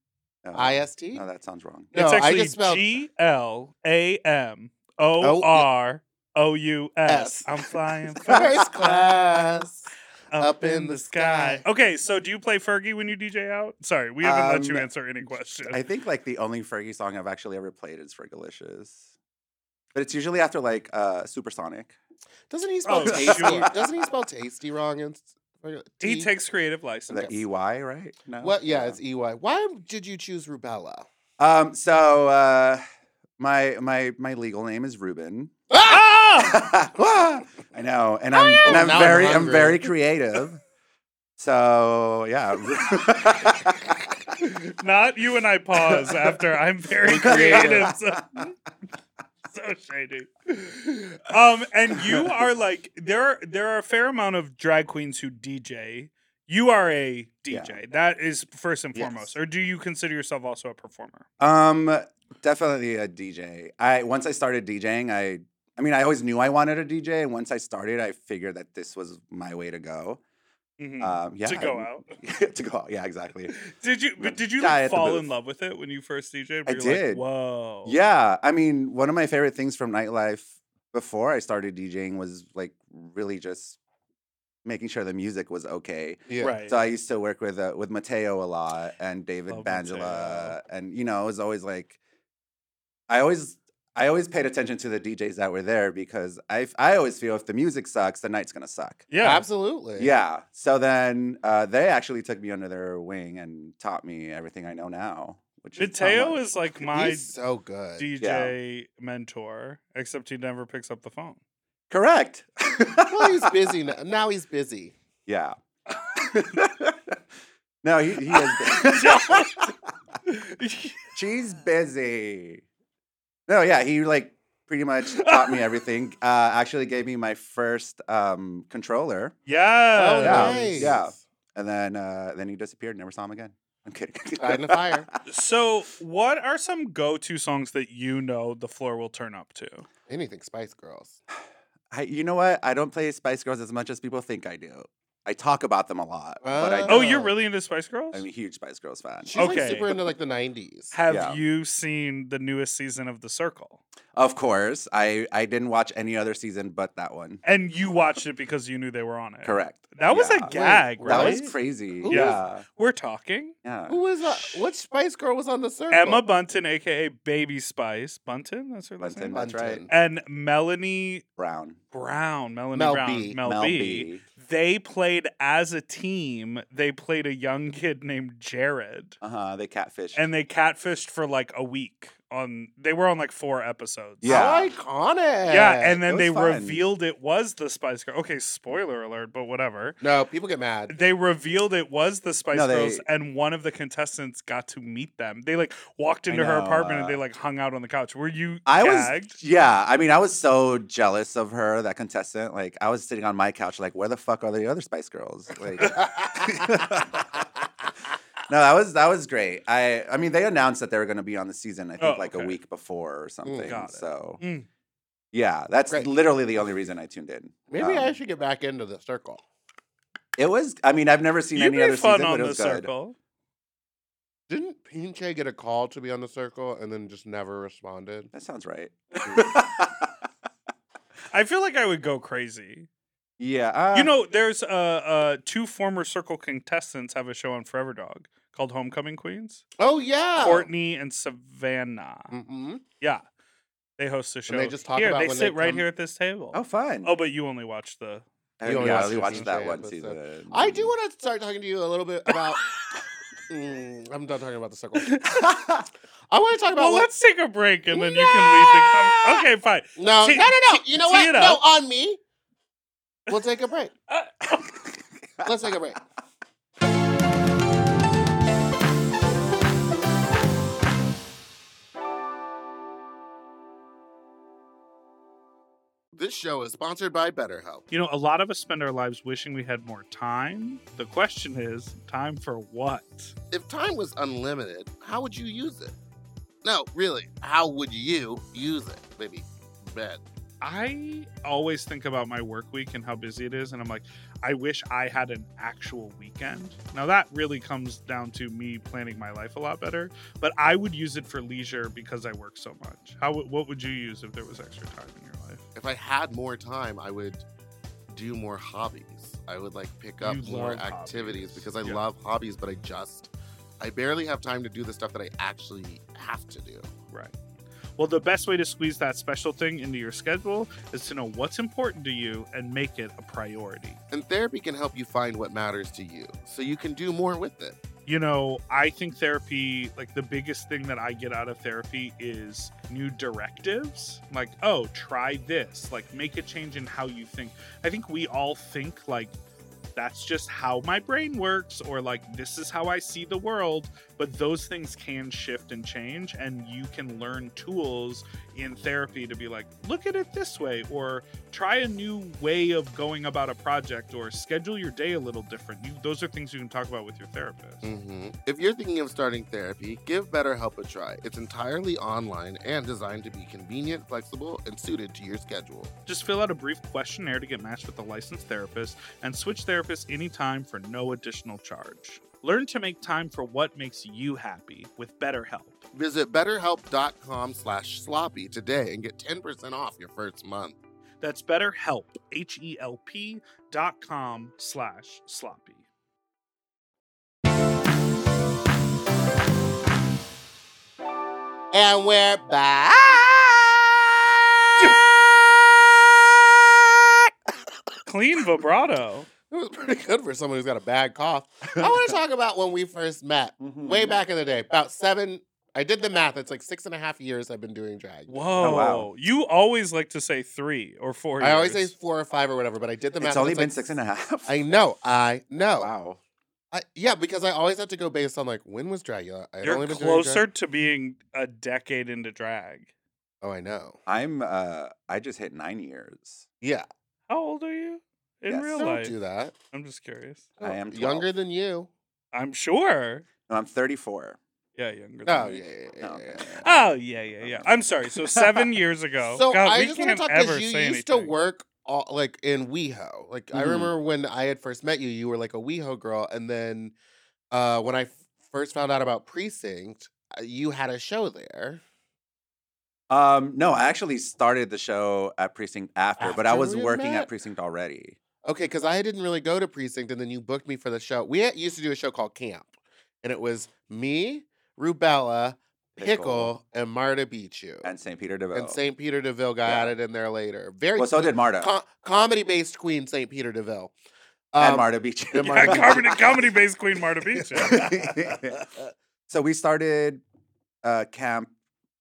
[SPEAKER 3] No,
[SPEAKER 1] I S T.
[SPEAKER 3] Um, No, that
[SPEAKER 1] [LAUGHS]
[SPEAKER 3] sounds wrong.
[SPEAKER 1] No,
[SPEAKER 2] it's
[SPEAKER 1] I
[SPEAKER 2] actually
[SPEAKER 1] just spelled-
[SPEAKER 2] G L A M O
[SPEAKER 1] Oh, yeah.
[SPEAKER 2] R O U
[SPEAKER 1] S.
[SPEAKER 2] S. I'm flying
[SPEAKER 3] [LAUGHS]
[SPEAKER 1] First class.
[SPEAKER 2] up in the sky. Okay, so do you play Fergie when you DJ out? Sorry, we haven't let you
[SPEAKER 3] Um,
[SPEAKER 2] answer any question.
[SPEAKER 3] I think like the only Fergie song I've actually ever played is Fergalicious. But it's usually after like uh, Supersonic.
[SPEAKER 1] Doesn't he spell
[SPEAKER 2] Oh,
[SPEAKER 1] tasty?
[SPEAKER 2] sure.
[SPEAKER 1] Doesn't he spell tasty wrong? And
[SPEAKER 2] he takes creative license.
[SPEAKER 3] The EY, right? No.
[SPEAKER 1] What? Yeah, it's E Y. Why did you choose rubella?
[SPEAKER 3] Um, so uh, my my my legal name
[SPEAKER 1] [LAUGHS]
[SPEAKER 3] is Ruben.
[SPEAKER 2] Ah!
[SPEAKER 3] [LAUGHS] I know, and I'm and I'm
[SPEAKER 1] Oh, Now I'm
[SPEAKER 3] very I'm
[SPEAKER 1] hungry. [LAUGHS]
[SPEAKER 3] very creative. So yeah,
[SPEAKER 2] [LAUGHS]
[SPEAKER 3] [LAUGHS]
[SPEAKER 2] Not you and I pause after
[SPEAKER 3] [LAUGHS]
[SPEAKER 2] I'm very creative. So, so shady. Um, and you are like there are there are a fair amount of drag queens who DJ. You are a DJ. That is first and
[SPEAKER 3] Yes.
[SPEAKER 2] foremost. Or do you consider yourself also a performer?
[SPEAKER 3] um, definitely a DJ. I once I started DJing, I I mean I always knew I wanted a DJ, and once I started, I figured that this was my way to go.
[SPEAKER 2] Mhm.
[SPEAKER 3] Um, yeah,
[SPEAKER 2] to go
[SPEAKER 3] I-
[SPEAKER 2] out.
[SPEAKER 3] [LAUGHS] to go out. Yeah, exactly.
[SPEAKER 2] [LAUGHS] Did you but did you
[SPEAKER 3] Die
[SPEAKER 2] like,
[SPEAKER 3] at the
[SPEAKER 2] fall
[SPEAKER 3] booth.
[SPEAKER 2] in love with it when you first DJed?
[SPEAKER 3] I
[SPEAKER 2] Were you like,
[SPEAKER 3] did.
[SPEAKER 2] Whoa.
[SPEAKER 3] Yeah, I mean, one of my favorite things from nightlife before I started DJing was like really just making sure the music was okay.
[SPEAKER 1] Yeah.
[SPEAKER 2] [LAUGHS] Right.
[SPEAKER 3] So I used to work with uh, with Mateo a lot and David
[SPEAKER 2] Love
[SPEAKER 3] Bangela,
[SPEAKER 2] Mateo.
[SPEAKER 3] and you know, it was always like, I always. I always paid attention to the DJs that were there because I, f- I always feel if the music sucks, the night's gonna suck.
[SPEAKER 2] yeah.
[SPEAKER 1] Absolutely.
[SPEAKER 3] Yeah. So then uh, they actually took me under their wing and taught me everything I know now. Which is not
[SPEAKER 2] Mateo
[SPEAKER 3] much.
[SPEAKER 2] is like my
[SPEAKER 1] He's so good.
[SPEAKER 2] DJ mentor, except he never picks up the
[SPEAKER 3] [LAUGHS]
[SPEAKER 2] phone. [LAUGHS]
[SPEAKER 3] correct. [LAUGHS]
[SPEAKER 1] well, he's busy now. Now he's busy.
[SPEAKER 3] Yeah. [LAUGHS] no, he, he
[SPEAKER 2] [LAUGHS]
[SPEAKER 3] is. She's busy. No, yeah, he like pretty much
[SPEAKER 1] [LAUGHS]
[SPEAKER 3] taught me everything. Uh, actually, gave me my first um, controller,
[SPEAKER 2] [LAUGHS] yeah.
[SPEAKER 3] yeah,
[SPEAKER 1] Oh, nice.
[SPEAKER 3] yeah. and then uh, then he disappeared. Never saw him again. I'm kidding.
[SPEAKER 1] Died in a fire.
[SPEAKER 2] So, what are some go-to songs that you know the floor will turn up to?
[SPEAKER 1] Anything Spice Girls.
[SPEAKER 3] [LAUGHS] I, you know what? I don't play Spice Girls as much as people think I do. I talk about them a lot, but I
[SPEAKER 2] Oh, you're
[SPEAKER 1] Oh.
[SPEAKER 2] really into Spice Girls?
[SPEAKER 3] I'm a huge Spice Girls fan.
[SPEAKER 1] She's like
[SPEAKER 2] Okay.
[SPEAKER 1] super into like the 90s.
[SPEAKER 2] Have
[SPEAKER 3] yeah.
[SPEAKER 2] you seen the newest season of The Circle?
[SPEAKER 3] Of course, I I didn't watch any other season but that one.
[SPEAKER 2] And you watched it because you knew they were on it.
[SPEAKER 3] Correct.
[SPEAKER 2] That was
[SPEAKER 3] Yeah.
[SPEAKER 2] a gag,
[SPEAKER 1] Wait,
[SPEAKER 2] right?
[SPEAKER 3] That was crazy.
[SPEAKER 1] Who was-
[SPEAKER 3] yeah.
[SPEAKER 2] We're talking.
[SPEAKER 3] Yeah.
[SPEAKER 1] Who was that? Which Spice Girl was on the circle?
[SPEAKER 2] Emma Bunton, aka Baby Spice Bunton. That's her last
[SPEAKER 3] Bunton,
[SPEAKER 2] name.
[SPEAKER 3] that's right.
[SPEAKER 1] Bunton.
[SPEAKER 2] And Melanie
[SPEAKER 3] Brown.
[SPEAKER 2] Brown, Melanie
[SPEAKER 1] Mel
[SPEAKER 2] Brown,
[SPEAKER 1] B.
[SPEAKER 2] Mel, B. They played as a team. They played a young kid named Jared,
[SPEAKER 3] Uh huh. They catfish.
[SPEAKER 2] and they catfished for like a week. On they were on like four episodes.
[SPEAKER 3] Yeah.
[SPEAKER 1] How iconic.
[SPEAKER 2] yeah, and
[SPEAKER 3] Oh, it
[SPEAKER 2] then
[SPEAKER 3] was
[SPEAKER 2] they
[SPEAKER 3] fun.
[SPEAKER 2] revealed it was the Spice Girl. Okay, spoiler alert, but whatever.
[SPEAKER 1] No, people get
[SPEAKER 2] [LAUGHS]
[SPEAKER 1] mad. [LAUGHS]
[SPEAKER 2] They revealed it was the Spice
[SPEAKER 3] No,
[SPEAKER 2] Girls,
[SPEAKER 3] they-
[SPEAKER 2] and one of the contestants got to meet them. They like walked
[SPEAKER 3] I
[SPEAKER 2] into her
[SPEAKER 3] know,
[SPEAKER 2] apartment
[SPEAKER 3] uh,
[SPEAKER 2] and they like hung out on the couch. Were you
[SPEAKER 3] I
[SPEAKER 2] gagged?
[SPEAKER 3] was. Yeah. I mean, I was so jealous of her, that contestant. Like, I was sitting on my couch, like, where the fuck are the other Spice Girls?
[SPEAKER 1] [LAUGHS]
[SPEAKER 3] Like. No, that was that was great. I I mean, they announced that they were going to be on the season. I think
[SPEAKER 2] Oh,
[SPEAKER 3] like a
[SPEAKER 2] okay.
[SPEAKER 3] week before or something.
[SPEAKER 2] Got it.
[SPEAKER 3] So
[SPEAKER 2] Mm.
[SPEAKER 3] yeah, that's
[SPEAKER 1] Great.
[SPEAKER 3] literally the only reason I tuned in.
[SPEAKER 1] Maybe I
[SPEAKER 3] Um,
[SPEAKER 1] should get back into the circle.
[SPEAKER 3] It was. I mean, I've never seen
[SPEAKER 2] You'd
[SPEAKER 3] any
[SPEAKER 2] be
[SPEAKER 3] other
[SPEAKER 2] fun
[SPEAKER 3] season,
[SPEAKER 2] on
[SPEAKER 3] but it
[SPEAKER 2] the
[SPEAKER 3] was good.
[SPEAKER 2] circle.
[SPEAKER 1] Didn't Pinche get a call to be on the circle and then just never responded?
[SPEAKER 3] That sounds right.
[SPEAKER 2] I feel like I would go crazy.
[SPEAKER 3] Yeah. Uh,
[SPEAKER 2] you know, there's uh, uh, two former Circle contestants have a show on Forever Dog called Homecoming Queens.
[SPEAKER 1] Oh yeah.
[SPEAKER 2] Courtney and Savannah.
[SPEAKER 1] Mhm.
[SPEAKER 2] Yeah, they host a show.
[SPEAKER 1] they just talk
[SPEAKER 2] here.
[SPEAKER 1] about
[SPEAKER 2] they
[SPEAKER 1] when
[SPEAKER 2] sit
[SPEAKER 1] they
[SPEAKER 2] right
[SPEAKER 1] come-
[SPEAKER 2] here at this table.
[SPEAKER 3] Oh, fun.
[SPEAKER 2] Oh, but you only watch the.
[SPEAKER 3] I
[SPEAKER 1] You only
[SPEAKER 3] yeah,
[SPEAKER 1] watched
[SPEAKER 3] we
[SPEAKER 1] the
[SPEAKER 3] watched that
[SPEAKER 1] Tuesday
[SPEAKER 3] one
[SPEAKER 1] episode.
[SPEAKER 3] season.
[SPEAKER 1] I
[SPEAKER 2] Mm-hmm.
[SPEAKER 1] do want to start talking to you a little bit
[SPEAKER 2] [LAUGHS]
[SPEAKER 1] about. Mm, I'm done talking about the circle. I want to talk about.
[SPEAKER 2] Well,
[SPEAKER 1] what-
[SPEAKER 2] let's take a break and then you can lead the. Com- okay, fine.
[SPEAKER 1] No,
[SPEAKER 2] Tee-
[SPEAKER 1] no, no, no.
[SPEAKER 2] tee-
[SPEAKER 1] You know
[SPEAKER 2] tee
[SPEAKER 1] what?
[SPEAKER 2] it
[SPEAKER 1] No,
[SPEAKER 2] up.
[SPEAKER 1] on me. We'll take a break.
[SPEAKER 2] Uh,
[SPEAKER 1] Let's take a break. This show is sponsored by BetterHelp.
[SPEAKER 2] you know, a lot of us spend our lives wishing we had more time. The question is, time for what?
[SPEAKER 1] If time was unlimited, how would you use it? No, really, how would you use it? Maybe bet.
[SPEAKER 2] I always think about my work week and how busy it is, and I'm like, I wish I had an actual weekend. Now, that really comes down to me planning my life a lot better, but I would use it for leisure because I work so much. How would- what would you use if there was extra time in your life?
[SPEAKER 1] If I had more time, I would do more hobbies. I would like pick up
[SPEAKER 2] You
[SPEAKER 1] more
[SPEAKER 2] love
[SPEAKER 1] activities
[SPEAKER 2] hobbies.
[SPEAKER 1] because I
[SPEAKER 2] Yeah.
[SPEAKER 1] love hobbies, but I just I barely have time to do the stuff that I actually have to do.
[SPEAKER 2] Right. Well, the best way to squeeze that special thing into your schedule is to know what's important to you and make it a priority.
[SPEAKER 1] And therapy can help you find what matters to you so you can do more with it.
[SPEAKER 2] you know, I think therapy, like the biggest thing that I get out of therapy is new directives. Like, oh, try this. Like, make a change in how you think. I think we all think like that's just how my brain works or like this is how I see the world. But those things can shift and change. And you can learn tools in therapy to be like, look at it this way or try a new way of going about a project or schedule your day a little different. You, those are things you can talk about with your therapist.
[SPEAKER 1] hmm If you're thinking of starting therapy, give BetterHelp a try. It's entirely online and designed to be convenient, flexible, and suited to your schedule.
[SPEAKER 2] Just fill out a brief questionnaire to get matched with a licensed therapist and switch therapists anytime for no additional charge. Learn to make time for what makes you happy with BetterHelp.
[SPEAKER 1] Visit betterhelp.com slash sloppy today and get 10% off your first month.
[SPEAKER 2] That's BetterHelp, H-E-L-P dot com slash sloppy.
[SPEAKER 1] And we're back.
[SPEAKER 2] Clean
[SPEAKER 1] [LAUGHS]
[SPEAKER 2] vibrato.
[SPEAKER 1] It was pretty good for someone who's got a bad cough. I
[SPEAKER 3] [LAUGHS]
[SPEAKER 1] want to talk about when we first met, way
[SPEAKER 3] Mm-hmm.
[SPEAKER 1] back in the day, about seven. I did the math. It's like six and a half years I've been doing drag.
[SPEAKER 2] Whoa.
[SPEAKER 3] Oh, wow.
[SPEAKER 2] You always like to say three or four.
[SPEAKER 1] I always say
[SPEAKER 2] years.
[SPEAKER 1] four or five or whatever, but I did the math.
[SPEAKER 3] It's
[SPEAKER 1] and
[SPEAKER 3] only been
[SPEAKER 1] like-
[SPEAKER 3] six and a half.
[SPEAKER 1] I know. I know.
[SPEAKER 3] wow.
[SPEAKER 1] I, yeah, because I always have to go based on like when was Dracula. I've
[SPEAKER 2] You're
[SPEAKER 1] only been doing
[SPEAKER 2] closer
[SPEAKER 1] drag-
[SPEAKER 2] to being a decade into drag.
[SPEAKER 1] Oh, I know.
[SPEAKER 3] I'm. Uh, I just hit nine years.
[SPEAKER 1] Yeah,
[SPEAKER 2] How old are you in
[SPEAKER 3] Yes.
[SPEAKER 2] real
[SPEAKER 1] don't
[SPEAKER 2] life?
[SPEAKER 1] do that.
[SPEAKER 2] I'm just curious.
[SPEAKER 3] I am
[SPEAKER 1] younger
[SPEAKER 3] 12.
[SPEAKER 1] than you.
[SPEAKER 2] I'm sure.
[SPEAKER 3] No, I'm 34.
[SPEAKER 2] Yeah, younger. than
[SPEAKER 1] Oh
[SPEAKER 2] me.
[SPEAKER 1] yeah, yeah, yeah,
[SPEAKER 3] Oh,
[SPEAKER 1] yeah,
[SPEAKER 3] okay.
[SPEAKER 1] yeah.
[SPEAKER 2] Oh yeah, yeah, yeah. I'm sorry.
[SPEAKER 1] [LAUGHS]
[SPEAKER 2] So seven years ago,
[SPEAKER 1] So
[SPEAKER 2] God,
[SPEAKER 1] I
[SPEAKER 2] we
[SPEAKER 1] just want to talk
[SPEAKER 2] can't ever
[SPEAKER 1] because you used
[SPEAKER 2] say
[SPEAKER 1] to
[SPEAKER 2] anything. Mm-hmm.
[SPEAKER 1] work all, like in WeHo. Like I
[SPEAKER 3] Mhm.
[SPEAKER 1] remember when I had first met you, you were like a WeHo girl, and then uh, when I f- first found out about Precinct, uh, you had a show there.
[SPEAKER 3] Um, no, I actually started the show at Precinct after, but I
[SPEAKER 1] After
[SPEAKER 3] was
[SPEAKER 1] we
[SPEAKER 3] working
[SPEAKER 1] met?
[SPEAKER 3] at Precinct already.
[SPEAKER 1] Okay, because I didn't really go to Precinct, and then you booked me for the show. We had, used to do a show called Camp, and it was me, Rubella, Pickle, and Marta Beat You.
[SPEAKER 3] and St. Peter DeVille.
[SPEAKER 1] And St. Peter DeVille got
[SPEAKER 3] Yeah.
[SPEAKER 1] added in there later. Very
[SPEAKER 3] Well, so did Marta
[SPEAKER 1] comedy based queen St. Peter DeVille.
[SPEAKER 3] and
[SPEAKER 1] Um,
[SPEAKER 3] Marta Beach. [LAUGHS]
[SPEAKER 1] and
[SPEAKER 2] [LAUGHS] Yeah,
[SPEAKER 1] Marta Beach.
[SPEAKER 2] comedy, comedy based Queen
[SPEAKER 1] [LAUGHS]
[SPEAKER 2] Marta Beach.
[SPEAKER 3] [LAUGHS] so we started uh, camp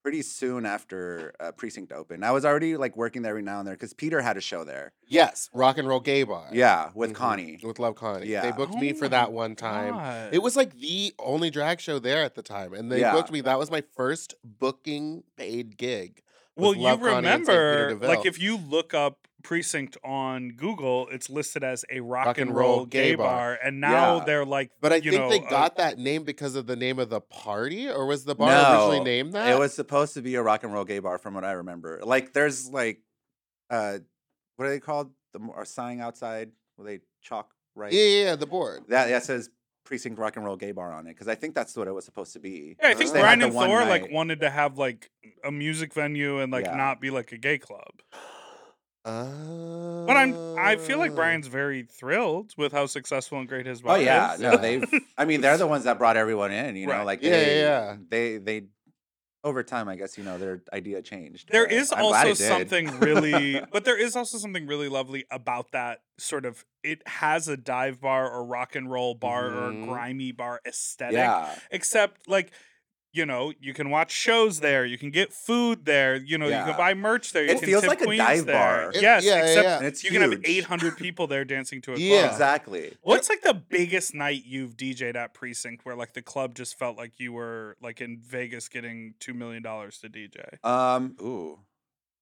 [SPEAKER 3] pretty soon after uh, Precinct opened. I was already like working there every now and there because Peter had a show there.
[SPEAKER 1] Yes, rock and roll gay bar.
[SPEAKER 3] Yeah, with
[SPEAKER 1] Mhm.
[SPEAKER 3] Connie.
[SPEAKER 1] With Love Connie. They
[SPEAKER 3] Yeah.
[SPEAKER 1] booked me
[SPEAKER 2] Oh
[SPEAKER 1] for
[SPEAKER 2] my
[SPEAKER 1] that one time. It was like the only drag show there at the time. And they
[SPEAKER 3] Yeah.
[SPEAKER 1] booked me. That was my first booking paid gig.
[SPEAKER 2] well,
[SPEAKER 1] with
[SPEAKER 2] you
[SPEAKER 1] Love Connie and St. Peter
[SPEAKER 2] remember, like
[SPEAKER 1] DeVille.
[SPEAKER 2] if you look up precinct on Google, it's listed as a rock,
[SPEAKER 1] Rock
[SPEAKER 2] and roll, gay bar, and now
[SPEAKER 3] Yeah.
[SPEAKER 2] they're like,
[SPEAKER 1] But I
[SPEAKER 2] you
[SPEAKER 1] think
[SPEAKER 2] know, uh,
[SPEAKER 1] they
[SPEAKER 3] uh,
[SPEAKER 2] a-
[SPEAKER 1] got that name because of the name of the party, or was the bar originally
[SPEAKER 3] No,
[SPEAKER 1] named that?
[SPEAKER 3] It was supposed to be a rock and roll gay bar, from what I remember. Like, there's like, uh, what are they called? The m- or sign outside where they chalk right.
[SPEAKER 1] Yeah, yeah, yeah, the board.
[SPEAKER 3] That that says Precinct Rock and Roll Gay Bar on it because I think that's what it was supposed to be.
[SPEAKER 2] yeah, I think
[SPEAKER 1] They had
[SPEAKER 2] Brian
[SPEAKER 3] the
[SPEAKER 2] and
[SPEAKER 3] one
[SPEAKER 2] Thor like
[SPEAKER 3] night.
[SPEAKER 2] wanted to have like a music venue and like
[SPEAKER 3] Yeah.
[SPEAKER 2] not be like a gay club.
[SPEAKER 1] Oh.
[SPEAKER 2] But I'm I feel
[SPEAKER 1] Uh.
[SPEAKER 2] like Brian's very thrilled with how successful and great his
[SPEAKER 3] Oh
[SPEAKER 2] wife
[SPEAKER 3] yeah,
[SPEAKER 2] is. [LAUGHS]
[SPEAKER 3] no, they've. I mean, they're the ones that brought everyone in. You know,
[SPEAKER 2] Right.
[SPEAKER 3] like
[SPEAKER 1] Yeah,
[SPEAKER 3] they,
[SPEAKER 1] yeah.
[SPEAKER 3] they they over time, I guess you know their idea changed.
[SPEAKER 2] There
[SPEAKER 3] but
[SPEAKER 2] is
[SPEAKER 3] I'm glad
[SPEAKER 2] also
[SPEAKER 3] it did.
[SPEAKER 2] something
[SPEAKER 3] [LAUGHS]
[SPEAKER 2] really, but there is also something really lovely about that sort of. It has a dive bar or rock and roll bar
[SPEAKER 1] Mhm.
[SPEAKER 2] or grimy bar aesthetic,
[SPEAKER 3] Mm-hmm. yeah,
[SPEAKER 2] except like. You know, you can watch shows there. You can get food there. You know, you
[SPEAKER 3] Yeah.
[SPEAKER 2] can buy merch there. You
[SPEAKER 3] It
[SPEAKER 2] can
[SPEAKER 3] feels
[SPEAKER 2] tip
[SPEAKER 3] like a
[SPEAKER 2] queens
[SPEAKER 3] dive
[SPEAKER 2] there.
[SPEAKER 3] bar.
[SPEAKER 1] It-
[SPEAKER 2] yes,
[SPEAKER 1] yeah, yeah,
[SPEAKER 2] except
[SPEAKER 1] yeah.
[SPEAKER 3] and it's
[SPEAKER 2] you
[SPEAKER 3] huge.
[SPEAKER 2] can have 800 people there dancing to a
[SPEAKER 1] Yeah.
[SPEAKER 2] club.
[SPEAKER 3] exactly.
[SPEAKER 2] What's like the biggest night you've DJ'd at precinct where like the club just felt like you were like in Vegas getting two million dollars to DJ?
[SPEAKER 3] Um, ooh,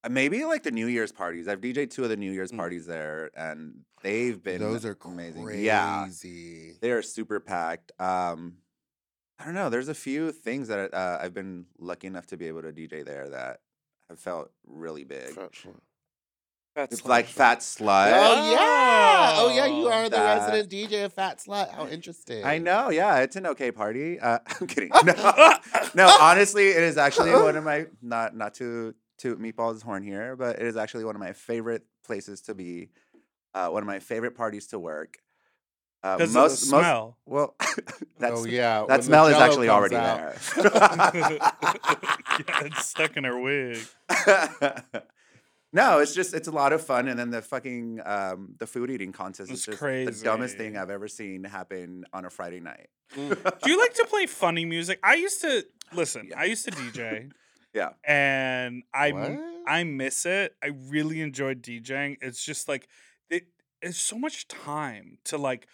[SPEAKER 3] Uh, maybe like the New Year's parties. I've DJ'd two of the New Year's
[SPEAKER 1] Mm.
[SPEAKER 3] parties there, and they've been
[SPEAKER 1] Those are
[SPEAKER 3] amazing.
[SPEAKER 1] crazy.
[SPEAKER 3] Yeah, they are super packed. Um, I don't know. There's a few things that uh, I've been lucky enough to be able to DJ there that have felt really big.
[SPEAKER 2] That's
[SPEAKER 3] It's like Fat Slut.
[SPEAKER 1] Oh yeah! Oh yeah! You
[SPEAKER 2] Oh,
[SPEAKER 1] are the
[SPEAKER 3] that-
[SPEAKER 1] resident DJ of Fat Slut. How interesting!
[SPEAKER 3] I know. Yeah, it's an okay party. Uh, [LAUGHS] I'm kidding.
[SPEAKER 2] [LAUGHS]
[SPEAKER 3] No, No, honestly, it is actually one of my not not to toot meatballs horn here, but it is actually one of my favorite places to be. Uh, one of my favorite parties to work. Uh,
[SPEAKER 2] because of the
[SPEAKER 3] [LAUGHS]
[SPEAKER 2] smell. [LAUGHS]
[SPEAKER 3] well, that's
[SPEAKER 1] oh yeah. when
[SPEAKER 3] that
[SPEAKER 1] the
[SPEAKER 3] smell is
[SPEAKER 1] Jell-O
[SPEAKER 3] actually
[SPEAKER 1] comes
[SPEAKER 3] already
[SPEAKER 1] out.
[SPEAKER 2] yeah, it's stuck in her wig. [LAUGHS]
[SPEAKER 3] there. [LAUGHS] no, it's just it's a lot of fun, and then the fucking um, the food eating contest
[SPEAKER 2] It's
[SPEAKER 3] is just the
[SPEAKER 2] crazy.
[SPEAKER 3] dumbest thing I've ever seen happen on a Friday night. [LAUGHS]
[SPEAKER 1] Mm.
[SPEAKER 2] Do you like to play funny music? I used to listen.
[SPEAKER 3] Yeah.
[SPEAKER 2] I used to DJ.
[SPEAKER 3] [LAUGHS] Yeah.
[SPEAKER 2] and I m-
[SPEAKER 1] What?
[SPEAKER 2] I miss it. I really enjoyed DJing. It's just like it, it's so much time to like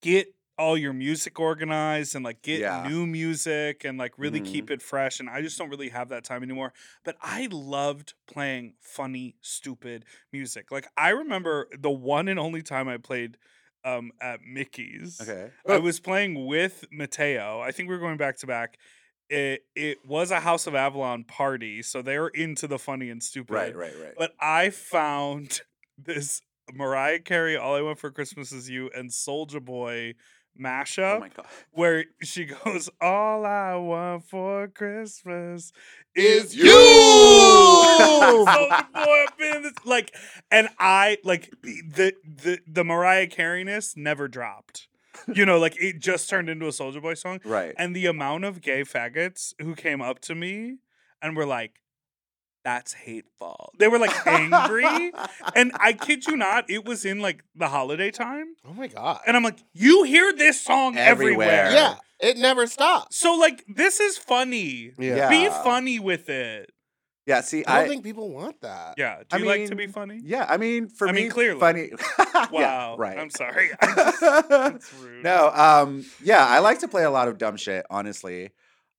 [SPEAKER 2] get all your music organized and like get
[SPEAKER 3] Yeah.
[SPEAKER 2] new music and like really
[SPEAKER 3] Mhm.
[SPEAKER 2] keep it fresh. And I just don't really have that time anymore. But I loved playing funny, stupid music. Like I remember the one and only time I played um at Mickey's.
[SPEAKER 3] Okay.
[SPEAKER 2] I was playing with Mateo. I think we were going back to back. It it was a House of Avalon party, so they were into the funny and stupid.
[SPEAKER 3] Right, right, right.
[SPEAKER 2] But I found [LAUGHS] this Mariah Carey "All I Want for Christmas Is You" and Soldier Boy mashup
[SPEAKER 3] oh
[SPEAKER 2] [LAUGHS]
[SPEAKER 3] my god.
[SPEAKER 2] where she goes, "All I want for Christmas
[SPEAKER 1] Is
[SPEAKER 2] is
[SPEAKER 1] you!"
[SPEAKER 2] you."
[SPEAKER 3] [LAUGHS]
[SPEAKER 2] Soldier Boy up in this, like, and I like the the the Mariah Carey-ness never dropped. You know, like it just turned into a Soldier Boy song.
[SPEAKER 3] Right.
[SPEAKER 2] And the amount of gay faggots who came up to me and were like, "That's hateful." They were like [LAUGHS]
[SPEAKER 3] [LAUGHS]
[SPEAKER 2] angry, and I kid you not, it was in like the holiday time.
[SPEAKER 1] Oh my god!
[SPEAKER 2] And I'm like, you hear this song everywhere.
[SPEAKER 3] Everywhere.
[SPEAKER 1] yeah, it never stops.
[SPEAKER 2] So like this is funny.
[SPEAKER 3] Yeah.
[SPEAKER 2] Be funny with it.
[SPEAKER 3] Yeah, see,
[SPEAKER 1] I don't
[SPEAKER 3] I,
[SPEAKER 1] think people want that.
[SPEAKER 2] Yeah. Do
[SPEAKER 3] I
[SPEAKER 2] you like to be
[SPEAKER 3] mean,
[SPEAKER 2] funny?
[SPEAKER 3] yeah, I mean, for
[SPEAKER 2] I
[SPEAKER 3] me,
[SPEAKER 2] mean, clearly.
[SPEAKER 3] funny. [LAUGHS] Yeah,
[SPEAKER 2] Wow.
[SPEAKER 3] right. [LAUGHS]
[SPEAKER 2] I'm sorry. [LAUGHS] I just- That's rude.
[SPEAKER 3] no, um, yeah, I like to play a lot of dumb shit, honestly.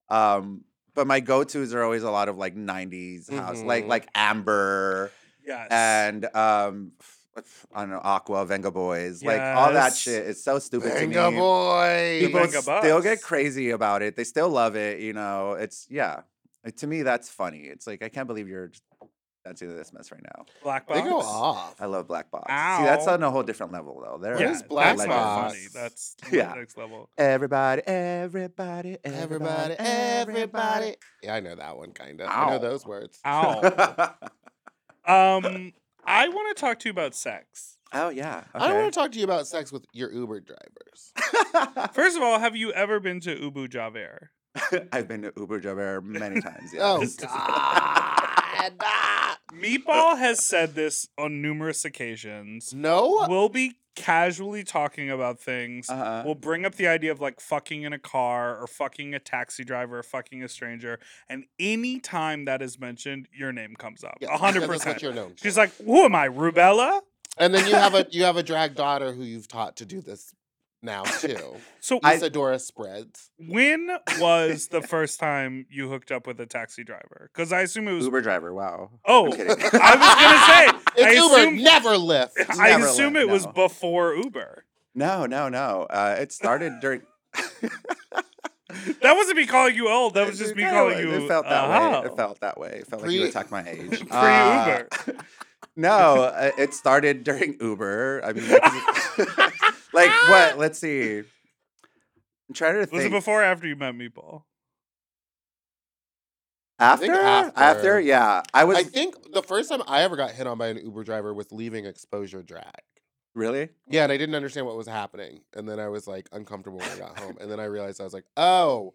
[SPEAKER 3] Um, but my go tos are always a lot of like '90s house, like
[SPEAKER 1] Mhm.
[SPEAKER 3] like Amber
[SPEAKER 2] Mm-hmm. Yes.
[SPEAKER 3] and um, I don't know, Aqua, Venga Boys, like all that
[SPEAKER 2] Yes.
[SPEAKER 3] shit. It's so stupid to
[SPEAKER 1] Venga
[SPEAKER 3] me.
[SPEAKER 1] boy.
[SPEAKER 3] People
[SPEAKER 2] Venga
[SPEAKER 3] still
[SPEAKER 2] Boys.
[SPEAKER 3] get crazy about it. They still love it. You know, it's yeah. Like, to me, that's funny. It's like I can't believe you're just dancing to this mess right now.
[SPEAKER 2] Black box.
[SPEAKER 1] They go off.
[SPEAKER 3] I love Black Box. See, that's
[SPEAKER 2] Ow.
[SPEAKER 3] on a whole different level though. There,
[SPEAKER 2] Yeah,
[SPEAKER 1] What is Black
[SPEAKER 2] that's not
[SPEAKER 1] Box?
[SPEAKER 2] funny. That's
[SPEAKER 3] Yeah.
[SPEAKER 2] next level.
[SPEAKER 3] Everybody, everybody,
[SPEAKER 1] Everybody, everybody. Yeah, I know that one kind of. I know
[SPEAKER 3] Ow.
[SPEAKER 1] those words.
[SPEAKER 2] Ah, Ow.
[SPEAKER 3] everybody.
[SPEAKER 2] um, I want to talk to you about sex.
[SPEAKER 3] [LAUGHS] oh yeah.
[SPEAKER 1] I don't want to talk to you about sex with your Uber
[SPEAKER 2] [LAUGHS]
[SPEAKER 1] drivers.
[SPEAKER 3] [LAUGHS] okay.
[SPEAKER 2] First of all, have you ever been to Ubu Javer?
[SPEAKER 3] I've been to Uber Jabber many times. Yes.
[SPEAKER 1] Oh
[SPEAKER 2] [LAUGHS]
[SPEAKER 1] God!
[SPEAKER 2] Meatball has said this on numerous occasions.
[SPEAKER 1] No.
[SPEAKER 2] We'll be casually talking about things
[SPEAKER 3] Uh-huh.
[SPEAKER 2] We'll bring up the idea of like fucking in a car or fucking a taxi driver or fucking a stranger. And any time that is mentioned, your name comes up.
[SPEAKER 1] Yeah,
[SPEAKER 2] a 100%.
[SPEAKER 1] because [LAUGHS] That's what you're known. for.
[SPEAKER 2] She's like, who am I, Rubella?
[SPEAKER 1] And then you have
[SPEAKER 2] [LAUGHS]
[SPEAKER 1] a you have a drag daughter who you've taught to do this now too.
[SPEAKER 2] So
[SPEAKER 3] I-
[SPEAKER 1] Isadora spreads.
[SPEAKER 2] when was the first time you hooked up with a taxi driver? Because I assume it
[SPEAKER 3] [LAUGHS]
[SPEAKER 2] was.
[SPEAKER 3] Uber driver. Wow.
[SPEAKER 2] Oh,
[SPEAKER 3] I'm kidding.
[SPEAKER 2] [LAUGHS] I was gonna say.
[SPEAKER 1] [LAUGHS] It's
[SPEAKER 2] I
[SPEAKER 1] Uber,
[SPEAKER 2] assume,
[SPEAKER 1] never Lyft.
[SPEAKER 2] [LAUGHS] [LAUGHS] I
[SPEAKER 3] Never
[SPEAKER 2] assume
[SPEAKER 3] let-
[SPEAKER 2] it was
[SPEAKER 3] no.
[SPEAKER 2] before Uber.
[SPEAKER 3] [LAUGHS] No, no, no. Uh, it started during.
[SPEAKER 2] That wasn't me calling you old. That was just me
[SPEAKER 3] kinda
[SPEAKER 2] calling
[SPEAKER 3] was.
[SPEAKER 2] you.
[SPEAKER 3] It felt that way.
[SPEAKER 2] oh.
[SPEAKER 3] It felt that way. It felt like you
[SPEAKER 1] Pre-
[SPEAKER 3] attacked my
[SPEAKER 2] [LAUGHS]
[SPEAKER 3] age.
[SPEAKER 2] Pre-Uber.
[SPEAKER 3] Uh, No, uh, it started during Uber. I mean, like, [LAUGHS] like, what? Let's see. I'm trying to
[SPEAKER 2] Ah! was
[SPEAKER 3] think.
[SPEAKER 2] it before or after you met Meatball?
[SPEAKER 3] After?
[SPEAKER 1] think
[SPEAKER 3] after,
[SPEAKER 1] after.
[SPEAKER 3] yeah. I was
[SPEAKER 1] I think the first time I ever got hit on by an Uber driver was leaving exposure drag.
[SPEAKER 3] really.
[SPEAKER 1] Yeah, and I didn't understand what was happening. And then I was like uncomfortable when I got home. And then I realized I was like, oh,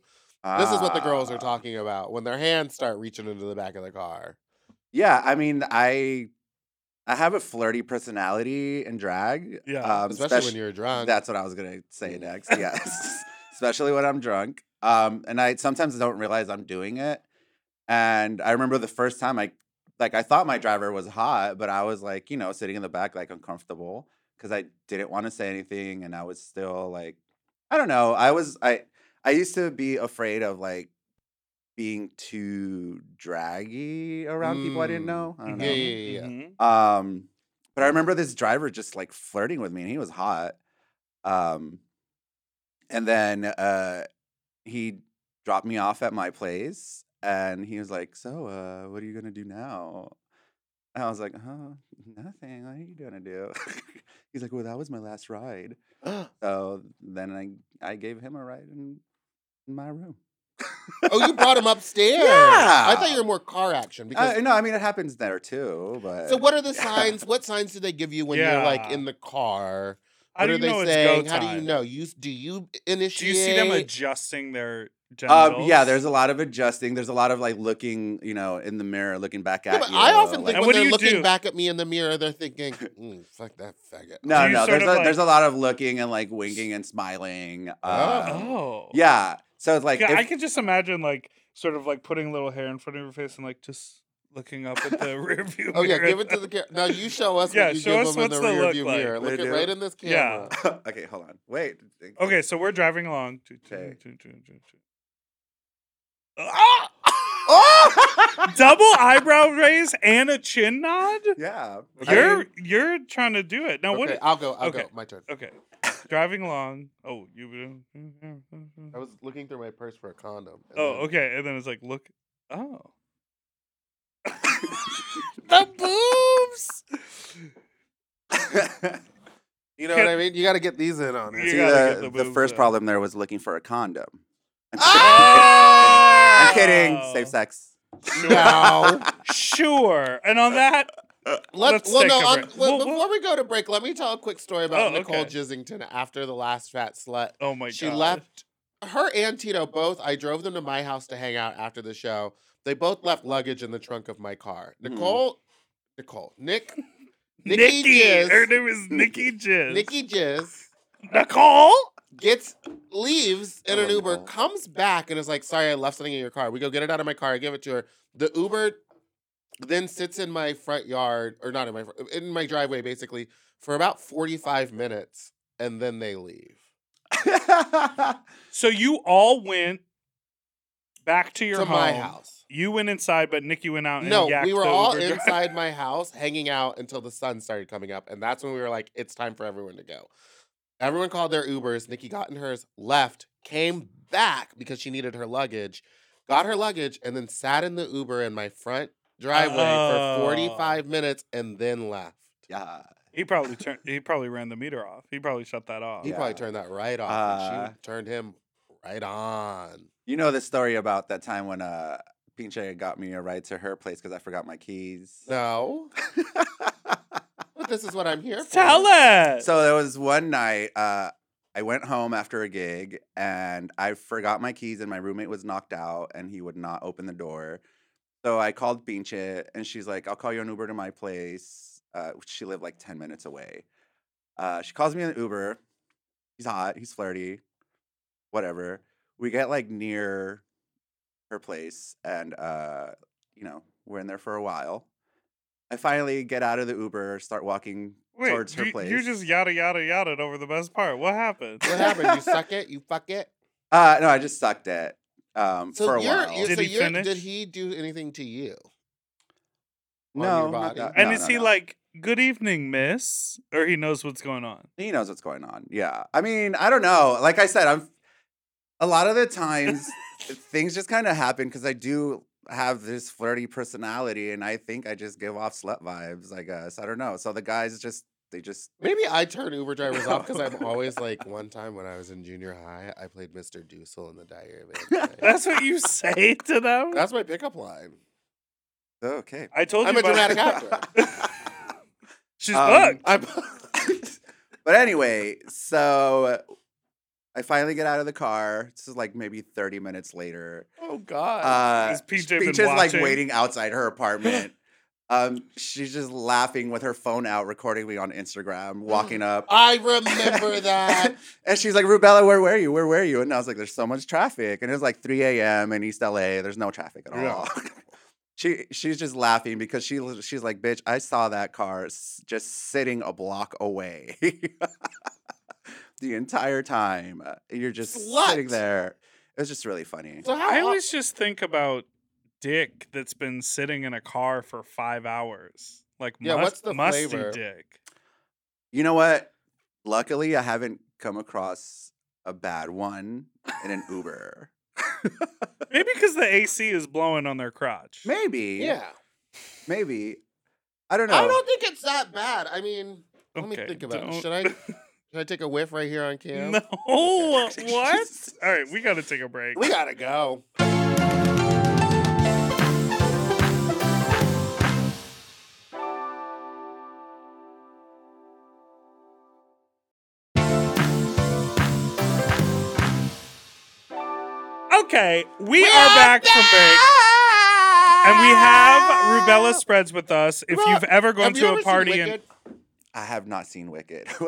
[SPEAKER 1] this is what the girls are
[SPEAKER 3] Ah.
[SPEAKER 1] talking about when their hands start reaching into the back of the car.
[SPEAKER 3] Yeah, I mean, I I have a flirty personality in drag. um,
[SPEAKER 2] Yeah,
[SPEAKER 1] especially
[SPEAKER 3] spec-
[SPEAKER 1] when you're drunk.
[SPEAKER 3] That's what I was gonna say
[SPEAKER 1] Mm.
[SPEAKER 3] next.
[SPEAKER 1] [LAUGHS]
[SPEAKER 3] Yes, [LAUGHS] especially when I'm drunk. Um, and I sometimes don't realize I'm doing it. And I remember the first time I, like, I thought my driver was hot, but I was like, you know, sitting in the back, like uncomfortable, because I didn't want to say anything, and I was still like, I don't know. I was I I used to be afraid of like being too draggy around people I didn't
[SPEAKER 1] Mm.
[SPEAKER 3] know. I don't know.
[SPEAKER 1] Yeah, yeah, yeah, yeah.
[SPEAKER 2] Mhm.
[SPEAKER 3] Um, but I remember this driver just like flirting with me, and he was hot. Um, and then uh, he dropped me off at my place, and he was like, "So, uh, what are you gonna do now?" And I was like, "Oh, nothing. What are you gonna do?" [LAUGHS] He's like, "Well, that was my last ride." So then I I gave him a ride in, in my room.
[SPEAKER 1] [GASPS]
[SPEAKER 3] Uh,
[SPEAKER 1] oh, you brought him upstairs. I thought you
[SPEAKER 3] Yeah.
[SPEAKER 1] were more car action because
[SPEAKER 3] Uh, no, I mean it happens there too, but
[SPEAKER 1] So what are the signs? What signs do they give you when you're like
[SPEAKER 2] Yeah.
[SPEAKER 1] in the car? What
[SPEAKER 2] How do
[SPEAKER 1] are
[SPEAKER 2] you
[SPEAKER 1] they
[SPEAKER 2] know it's
[SPEAKER 1] saying?
[SPEAKER 2] go
[SPEAKER 1] How
[SPEAKER 2] time?
[SPEAKER 1] do you know? You s- do you initiate?
[SPEAKER 2] Do you see them adjusting their genitals?
[SPEAKER 3] Um, yeah, there's a lot of adjusting. There's a lot of like looking, you know, in the mirror, looking back at
[SPEAKER 1] Yeah, but
[SPEAKER 3] you.
[SPEAKER 1] I often think
[SPEAKER 3] like-
[SPEAKER 1] when
[SPEAKER 2] And what do
[SPEAKER 1] they're
[SPEAKER 2] you
[SPEAKER 1] looking
[SPEAKER 2] do?
[SPEAKER 1] back at me in the mirror, they're thinking, "Mm, "Fuck that
[SPEAKER 3] [LAUGHS]
[SPEAKER 1] faggot."
[SPEAKER 3] no,
[SPEAKER 2] Do you
[SPEAKER 3] no.
[SPEAKER 2] sort
[SPEAKER 3] There's a,
[SPEAKER 2] of, like-
[SPEAKER 3] there's a lot of looking and like winking and smiling. Uh,
[SPEAKER 2] Oh.
[SPEAKER 3] Yeah. So it's like
[SPEAKER 2] Yeah, I
[SPEAKER 3] if-
[SPEAKER 2] can just imagine like sort of like putting a little hair in front of your face and like just looking up at the [LAUGHS] rear view.
[SPEAKER 1] Oh yeah,
[SPEAKER 2] mirror.
[SPEAKER 1] give it
[SPEAKER 2] [LAUGHS]
[SPEAKER 1] to the camera. Now you show us
[SPEAKER 2] Yeah,
[SPEAKER 1] what you
[SPEAKER 2] show
[SPEAKER 1] give
[SPEAKER 2] us
[SPEAKER 1] them in
[SPEAKER 2] what's
[SPEAKER 1] the
[SPEAKER 2] the
[SPEAKER 1] rearview
[SPEAKER 2] look like.
[SPEAKER 1] mirror.
[SPEAKER 3] They
[SPEAKER 1] Look it
[SPEAKER 3] do.
[SPEAKER 1] right in this camera.
[SPEAKER 2] Yeah.
[SPEAKER 3] [LAUGHS] okay, hold on. Wait.
[SPEAKER 2] Okay, so we're driving along.
[SPEAKER 1] Mm-hmm.
[SPEAKER 3] Okay.
[SPEAKER 2] Ah!
[SPEAKER 3] Oh!
[SPEAKER 1] [LAUGHS]
[SPEAKER 2] Double eyebrow raise and a chin nod?
[SPEAKER 3] yeah. I
[SPEAKER 2] You're
[SPEAKER 3] mean,
[SPEAKER 2] you're trying to do it. Now
[SPEAKER 1] [LAUGHS] okay,
[SPEAKER 2] what
[SPEAKER 1] I'll go. I'll
[SPEAKER 2] okay.
[SPEAKER 1] go. My turn.
[SPEAKER 2] Okay.
[SPEAKER 1] [LAUGHS]
[SPEAKER 2] Driving along. Oh, you [LAUGHS]
[SPEAKER 1] I was looking through my purse for a condom. and
[SPEAKER 2] Oh,
[SPEAKER 1] then- [LAUGHS]
[SPEAKER 2] okay. And then it's like, look. Oh. the boobs.
[SPEAKER 1] You know what I mean? You got to get these in on it.
[SPEAKER 2] You
[SPEAKER 3] [LAUGHS] See,
[SPEAKER 2] gotta
[SPEAKER 3] the,
[SPEAKER 2] get the
[SPEAKER 3] the
[SPEAKER 2] boobs
[SPEAKER 3] first
[SPEAKER 2] out.
[SPEAKER 3] problem there was looking for a condom.
[SPEAKER 2] [LAUGHS]
[SPEAKER 1] Ah!
[SPEAKER 2] Ah!
[SPEAKER 3] I'm kidding.
[SPEAKER 2] Oh.
[SPEAKER 3] Safe sex. [LAUGHS]
[SPEAKER 2] [LAUGHS]
[SPEAKER 1] No. [LAUGHS] Uh,
[SPEAKER 2] Sure. And on that,
[SPEAKER 1] Let's,
[SPEAKER 2] Let's
[SPEAKER 1] well,
[SPEAKER 2] take
[SPEAKER 1] no.
[SPEAKER 2] a
[SPEAKER 1] on-
[SPEAKER 2] break.
[SPEAKER 1] well,
[SPEAKER 2] Well, well-
[SPEAKER 1] before we go to break, let me tell a quick story about
[SPEAKER 2] Oh,
[SPEAKER 1] Nicole
[SPEAKER 2] okay.
[SPEAKER 1] Jizzington after the last fat slut.
[SPEAKER 2] oh my
[SPEAKER 1] she
[SPEAKER 2] god.
[SPEAKER 1] left. Her and Tito both. I drove them to my house to hang out after the show. They both left luggage in the trunk of my car.
[SPEAKER 3] Hmm.
[SPEAKER 1] Nicole, Nicole, Nick, Nikki
[SPEAKER 2] Nikki.
[SPEAKER 1] Jizz.
[SPEAKER 2] Her
[SPEAKER 1] [LAUGHS]
[SPEAKER 2] name is Nikki Jizz.
[SPEAKER 1] Nikki Jizz
[SPEAKER 2] Nicole.
[SPEAKER 1] gets leaves in
[SPEAKER 3] I
[SPEAKER 1] an
[SPEAKER 3] love
[SPEAKER 1] Uber,
[SPEAKER 3] Nicole.
[SPEAKER 1] comes back and is like, "Sorry, I left something in your car." We go get it out of my car. I give it to her. The Uber then sits in my front yard, or not in my fr- in my driveway, basically for about forty five minutes, and then they leave
[SPEAKER 2] So you all went back to your
[SPEAKER 1] to
[SPEAKER 2] home.
[SPEAKER 1] my house.
[SPEAKER 2] You went inside, but Nikki went out [LAUGHS] and
[SPEAKER 1] No,
[SPEAKER 2] yacked
[SPEAKER 1] we were
[SPEAKER 2] the
[SPEAKER 1] all
[SPEAKER 2] Uber driver. [LAUGHS]
[SPEAKER 1] inside my house hanging out until the sun started coming up. And that's when we were like, it's time for everyone to go. Everyone called their Ubers. Nikki got in hers, left, came back because she needed her luggage, got her luggage, and then sat in the Uber in my front driveway for
[SPEAKER 2] Oh.
[SPEAKER 1] 45 minutes and then left.
[SPEAKER 3] yeah.
[SPEAKER 2] He probably turned. He probably ran the meter off. He probably shut that off.
[SPEAKER 1] He
[SPEAKER 3] Yeah.
[SPEAKER 1] probably turned that right off. and
[SPEAKER 3] Uh.
[SPEAKER 1] she turned him right on.
[SPEAKER 3] You know the story about that time when uh Pinche got me a ride to her place because I forgot my keys.
[SPEAKER 1] No,
[SPEAKER 3] [LAUGHS]
[SPEAKER 1] but this is what I'm here for.
[SPEAKER 2] [LAUGHS] Tell us.
[SPEAKER 3] so there was one night uh I went home after a gig and I forgot my keys and my roommate was knocked out and he would not open the door. So I called Pinche and she's like, I'll call you an Uber to my place. Uh, she lived like 10 minutes away. Uh, she calls me an Uber. He's hot, he's flirty, whatever. We get like near her place and uh, you know, we're in there for a while. I finally get out of the Uber, start walking
[SPEAKER 2] Wait,
[SPEAKER 3] towards her
[SPEAKER 2] you,
[SPEAKER 3] place.
[SPEAKER 2] you just yada yada yada over the best part. What happened?
[SPEAKER 1] What happened? You suck it? You fuck it?
[SPEAKER 3] Uh, no, I just sucked it um,
[SPEAKER 1] So
[SPEAKER 3] for a
[SPEAKER 1] you're,
[SPEAKER 3] while.
[SPEAKER 1] you're-
[SPEAKER 2] Did
[SPEAKER 1] so
[SPEAKER 2] he
[SPEAKER 1] you're-
[SPEAKER 2] finish?
[SPEAKER 1] Did he do anything to you? on your
[SPEAKER 3] no, not
[SPEAKER 1] body?
[SPEAKER 3] that-
[SPEAKER 2] [LAUGHS] and
[SPEAKER 3] no,
[SPEAKER 2] is
[SPEAKER 3] no,
[SPEAKER 2] he
[SPEAKER 3] no.
[SPEAKER 2] like, "Good evening, Miss," or he knows what's going on? [LAUGHS]
[SPEAKER 3] He knows what's going on. Yeah, I mean, I don't know. Like I said, I'm. A lot of the
[SPEAKER 2] [LAUGHS]
[SPEAKER 3] times, things just kind of happen because I do have this flirty personality, and I think I just give off slut vibes. I guess I don't know. So the guys just They just
[SPEAKER 1] Maybe I turn Uber drivers off because I'm always like,
[SPEAKER 3] [LAUGHS]
[SPEAKER 1] one time when I was in junior high, I played Mr. Dusel in the Diary of Anne Frank.
[SPEAKER 2] [LAUGHS] That's what you say to them.
[SPEAKER 3] Uh,
[SPEAKER 1] That's my pickup line.
[SPEAKER 3] oh, okay.
[SPEAKER 2] I told you
[SPEAKER 1] I'm a
[SPEAKER 2] about
[SPEAKER 1] dramatic actor.
[SPEAKER 3] [LAUGHS]
[SPEAKER 2] She's
[SPEAKER 3] Um,
[SPEAKER 2] hooked.
[SPEAKER 1] I'm
[SPEAKER 3] [LAUGHS] but anyway, so I finally get out of the car. This is like maybe 30 minutes later.
[SPEAKER 1] oh God.
[SPEAKER 3] Uh,
[SPEAKER 2] Has PJ been
[SPEAKER 3] PJ's like
[SPEAKER 2] watching?
[SPEAKER 3] waiting outside
[SPEAKER 1] [LAUGHS]
[SPEAKER 3] her apartment. um, she's just laughing with her phone out, recording me on Instagram, walking up.
[SPEAKER 1] [GASPS] I remember that.
[SPEAKER 3] [LAUGHS] and she's like, Rubella, where were you? Where were you? And I was like, there's so much traffic. And it was like 3 a.m. in East LA. There's no traffic at
[SPEAKER 2] Yeah.
[SPEAKER 3] all. [LAUGHS] she she's just laughing because she li- she's like, bitch, I saw that car s- just sitting a block away [LAUGHS] the entire time. Uh, You're just sitting
[SPEAKER 1] Slut.
[SPEAKER 3] there. It was just really funny.
[SPEAKER 1] So how
[SPEAKER 2] I always just think about Dick that's been sitting in a car for five hours. Like
[SPEAKER 1] Yeah,
[SPEAKER 2] must,
[SPEAKER 1] what's the
[SPEAKER 2] musty
[SPEAKER 1] flavor?
[SPEAKER 2] Dick.
[SPEAKER 3] You know what? Luckily, I haven't come across a bad one in an Uber.
[SPEAKER 2] Maybe because the AC is blowing on their crotch.
[SPEAKER 3] Maybe.
[SPEAKER 1] Yeah.
[SPEAKER 3] Maybe. I don't know.
[SPEAKER 1] I don't think it's that bad. I mean, let me
[SPEAKER 2] Okay,
[SPEAKER 1] think about
[SPEAKER 2] don't- [LAUGHS]
[SPEAKER 1] it. Should I should I take a whiff right here on cam?
[SPEAKER 2] No.
[SPEAKER 1] [LAUGHS]
[SPEAKER 2] What? All right, we got to take a break.
[SPEAKER 1] We gotta go.
[SPEAKER 2] Okay, we are back from break. And we have Rubella Spreads with us. If
[SPEAKER 1] Rubella,
[SPEAKER 2] you've ever gone
[SPEAKER 1] Have you
[SPEAKER 2] to
[SPEAKER 1] ever
[SPEAKER 2] a
[SPEAKER 1] seen
[SPEAKER 2] party and
[SPEAKER 1] Wicked?
[SPEAKER 3] I have not seen Wicked. [LAUGHS]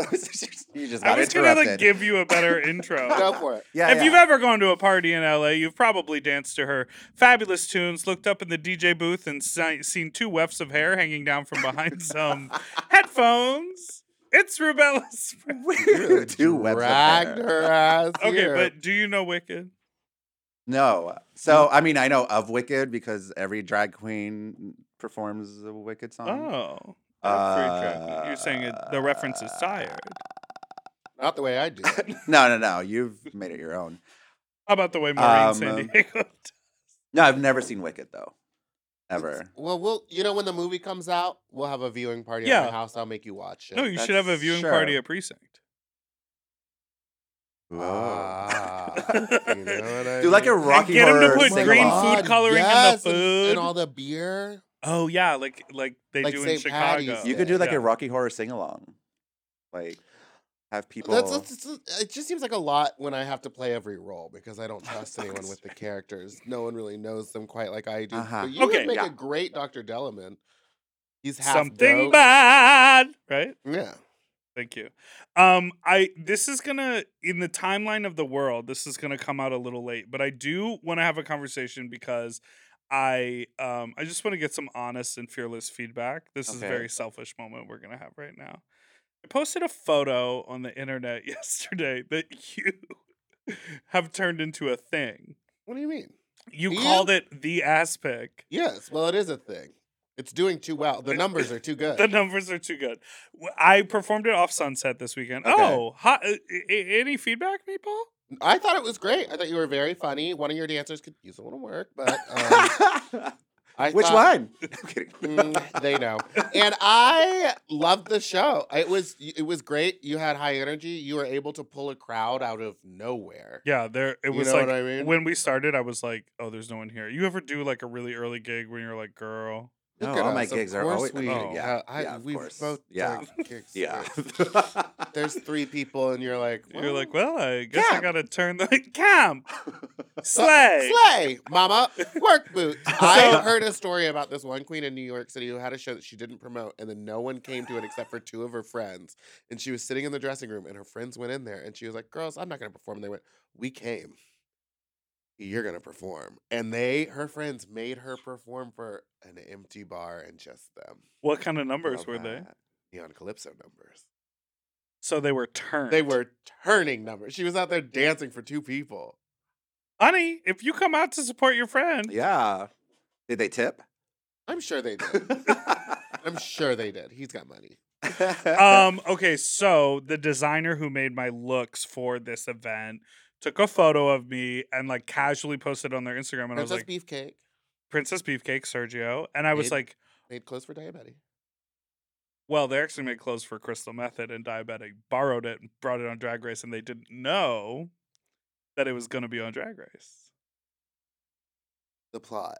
[SPEAKER 3] you just
[SPEAKER 2] I
[SPEAKER 3] got
[SPEAKER 2] was gonna
[SPEAKER 3] interrupted.
[SPEAKER 2] like give you
[SPEAKER 1] [LAUGHS]
[SPEAKER 2] a better intro.
[SPEAKER 1] Go for it.
[SPEAKER 3] yeah,
[SPEAKER 2] if
[SPEAKER 3] yeah.
[SPEAKER 2] you've ever gone to a party in LA, you've probably danced to her fabulous tunes, looked up in the DJ booth, and si- seen two wefts of hair hanging down
[SPEAKER 1] [LAUGHS]
[SPEAKER 2] from behind some headphones. It's Rubella Spreads.
[SPEAKER 1] [LAUGHS]
[SPEAKER 2] [LAUGHS]
[SPEAKER 3] [LAUGHS] You do webs up
[SPEAKER 1] Dragged
[SPEAKER 3] there.
[SPEAKER 1] her ass.
[SPEAKER 2] Okay,
[SPEAKER 1] here.
[SPEAKER 2] but do you know Wicked?
[SPEAKER 3] No, so I mean, I know of Wicked because every drag queen performs a Wicked song.
[SPEAKER 2] Oh. That's pretty tricky. You're saying it, the reference
[SPEAKER 3] Uh,
[SPEAKER 2] is tired.
[SPEAKER 1] not the way I do. it.
[SPEAKER 3] [LAUGHS] No, no, no. You've made it your own.
[SPEAKER 2] How about the way Maureen
[SPEAKER 3] Um,
[SPEAKER 2] San
[SPEAKER 3] um,
[SPEAKER 2] Diego? [LAUGHS]
[SPEAKER 3] No, I've never seen Wicked though, ever.
[SPEAKER 1] Well, we'll you know when the movie comes out, we'll have a viewing party at
[SPEAKER 2] Yeah.
[SPEAKER 1] my house. I'll make you watch it.
[SPEAKER 2] No, oh, you should have a
[SPEAKER 3] that's-
[SPEAKER 2] viewing party
[SPEAKER 3] sure.
[SPEAKER 2] at Precinct.
[SPEAKER 3] Whoa.
[SPEAKER 2] [LAUGHS]
[SPEAKER 1] Ah, you know what I
[SPEAKER 3] Do like a
[SPEAKER 1] mean?
[SPEAKER 3] Rocky
[SPEAKER 2] get 'em to
[SPEAKER 3] Horror
[SPEAKER 2] put
[SPEAKER 1] my
[SPEAKER 2] green
[SPEAKER 3] sing-along.
[SPEAKER 2] food coloring in the
[SPEAKER 1] yes, and-
[SPEAKER 2] food.
[SPEAKER 1] and all the beer.
[SPEAKER 2] Oh yeah, like like they
[SPEAKER 1] Like
[SPEAKER 2] do in
[SPEAKER 1] St.
[SPEAKER 2] Chicago.
[SPEAKER 1] Patty's
[SPEAKER 3] You could do like
[SPEAKER 2] Yeah.
[SPEAKER 3] a Rocky Horror sing along, like have people.
[SPEAKER 1] That's, that's- that's- it just seems like a lot when I have to play every role because I don't
[SPEAKER 3] [LAUGHS]
[SPEAKER 1] trust anyone with the characters. No one really knows them quite like I do.
[SPEAKER 3] Uh-huh.
[SPEAKER 1] But you
[SPEAKER 2] Okay,
[SPEAKER 1] would make
[SPEAKER 3] yeah.
[SPEAKER 1] a great Dr. Delaman. He's half
[SPEAKER 2] something
[SPEAKER 1] goat.
[SPEAKER 2] bad, right?
[SPEAKER 1] Yeah.
[SPEAKER 2] Thank you. Um, I this is gonna in the timeline of the world. This is gonna come out a little late, but I do want to have a conversation because I um I just want to get some honest and fearless feedback. This is a
[SPEAKER 3] Okay.
[SPEAKER 2] very selfish moment we're gonna have right now. I posted a photo on the internet [LAUGHS] yesterday that you [LAUGHS] have turned into a thing.
[SPEAKER 1] What do you mean?
[SPEAKER 2] You
[SPEAKER 1] Yeah.
[SPEAKER 2] called it the ass pick.
[SPEAKER 1] Yes. Well, it is a thing. It's doing too well. The numbers [LAUGHS] are too
[SPEAKER 2] The
[SPEAKER 1] good.
[SPEAKER 2] numbers are too good. W- I performed it off Sunset this weekend.
[SPEAKER 3] Okay.
[SPEAKER 2] Oh, hi, uh, a- a- any feedback, Meatball?
[SPEAKER 1] I thought it was great. I thought you were very funny. One of your dancers could use a little work, but [LAUGHS]
[SPEAKER 3] [LAUGHS]
[SPEAKER 1] um,
[SPEAKER 3] that's.
[SPEAKER 1] I
[SPEAKER 3] Which
[SPEAKER 1] thought-
[SPEAKER 3] one? I'm [LAUGHS] kidding.
[SPEAKER 1] [LAUGHS] Mm, they know. And I loved the show. It was it was great. You had high energy. You were able to pull a crowd out of nowhere.
[SPEAKER 2] Yeah, there.
[SPEAKER 1] You
[SPEAKER 2] It was
[SPEAKER 1] know
[SPEAKER 2] like
[SPEAKER 1] what I mean?
[SPEAKER 2] when we started, I was like, "Oh, there's no one here." You ever do like a really early gig when you're like, "Girl,
[SPEAKER 3] No,
[SPEAKER 1] Look at
[SPEAKER 3] all my
[SPEAKER 1] us. Of
[SPEAKER 3] gigs are
[SPEAKER 1] course
[SPEAKER 3] always-
[SPEAKER 1] we,
[SPEAKER 2] Oh.
[SPEAKER 1] yeah, Uh, I,
[SPEAKER 3] Yeah, of
[SPEAKER 1] we've
[SPEAKER 3] course.
[SPEAKER 1] both
[SPEAKER 3] Yeah. [LAUGHS]
[SPEAKER 1] done gigs.
[SPEAKER 3] Yeah. Oh,
[SPEAKER 1] where There's three people, and you're like,
[SPEAKER 2] you're like, well, I guess I
[SPEAKER 3] Camp.
[SPEAKER 2] gotta turn the [LAUGHS]
[SPEAKER 1] [LAUGHS]
[SPEAKER 2] camp
[SPEAKER 1] "Well,
[SPEAKER 2] slay."
[SPEAKER 1] slay, mama, work
[SPEAKER 2] [LAUGHS]
[SPEAKER 1] boots. I
[SPEAKER 3] So-
[SPEAKER 1] heard a story about this one queen in New York City who had a show that she didn't promote, and then no one came to it except for two of her friends. And she was sitting in the dressing room, and her friends went in there, and she was like, "Girls, I'm not going to perform." And they went, "We came. You're going to perform." And they, her friends, made her perform for an empty bar and just them.
[SPEAKER 2] What kind of numbers
[SPEAKER 3] Love
[SPEAKER 2] were they?
[SPEAKER 3] that.
[SPEAKER 1] Neon Calypso numbers.
[SPEAKER 2] So they were turned.
[SPEAKER 1] They were turning numbers. She was out there dancing for two people.
[SPEAKER 2] honey. If you come out to support your friend,
[SPEAKER 3] Yeah. Did they tip? [LAUGHS]
[SPEAKER 1] I'm sure they did.
[SPEAKER 2] [LAUGHS]
[SPEAKER 1] I'm sure they did. He's got money.
[SPEAKER 2] um okay so the designer who made my looks for this event took a photo of me and like casually posted on their instagram and i was
[SPEAKER 1] Princess
[SPEAKER 2] like
[SPEAKER 1] Beefcake
[SPEAKER 2] princess beefcake sergio and i was
[SPEAKER 1] Babe.
[SPEAKER 2] like
[SPEAKER 1] made clothes for diabetes.
[SPEAKER 2] Well, they actually made clothes for Crystal Method and Diabetic, borrowed it and brought it on Drag Race, and they didn't know that it was going to be on Drag Race.
[SPEAKER 3] The plot.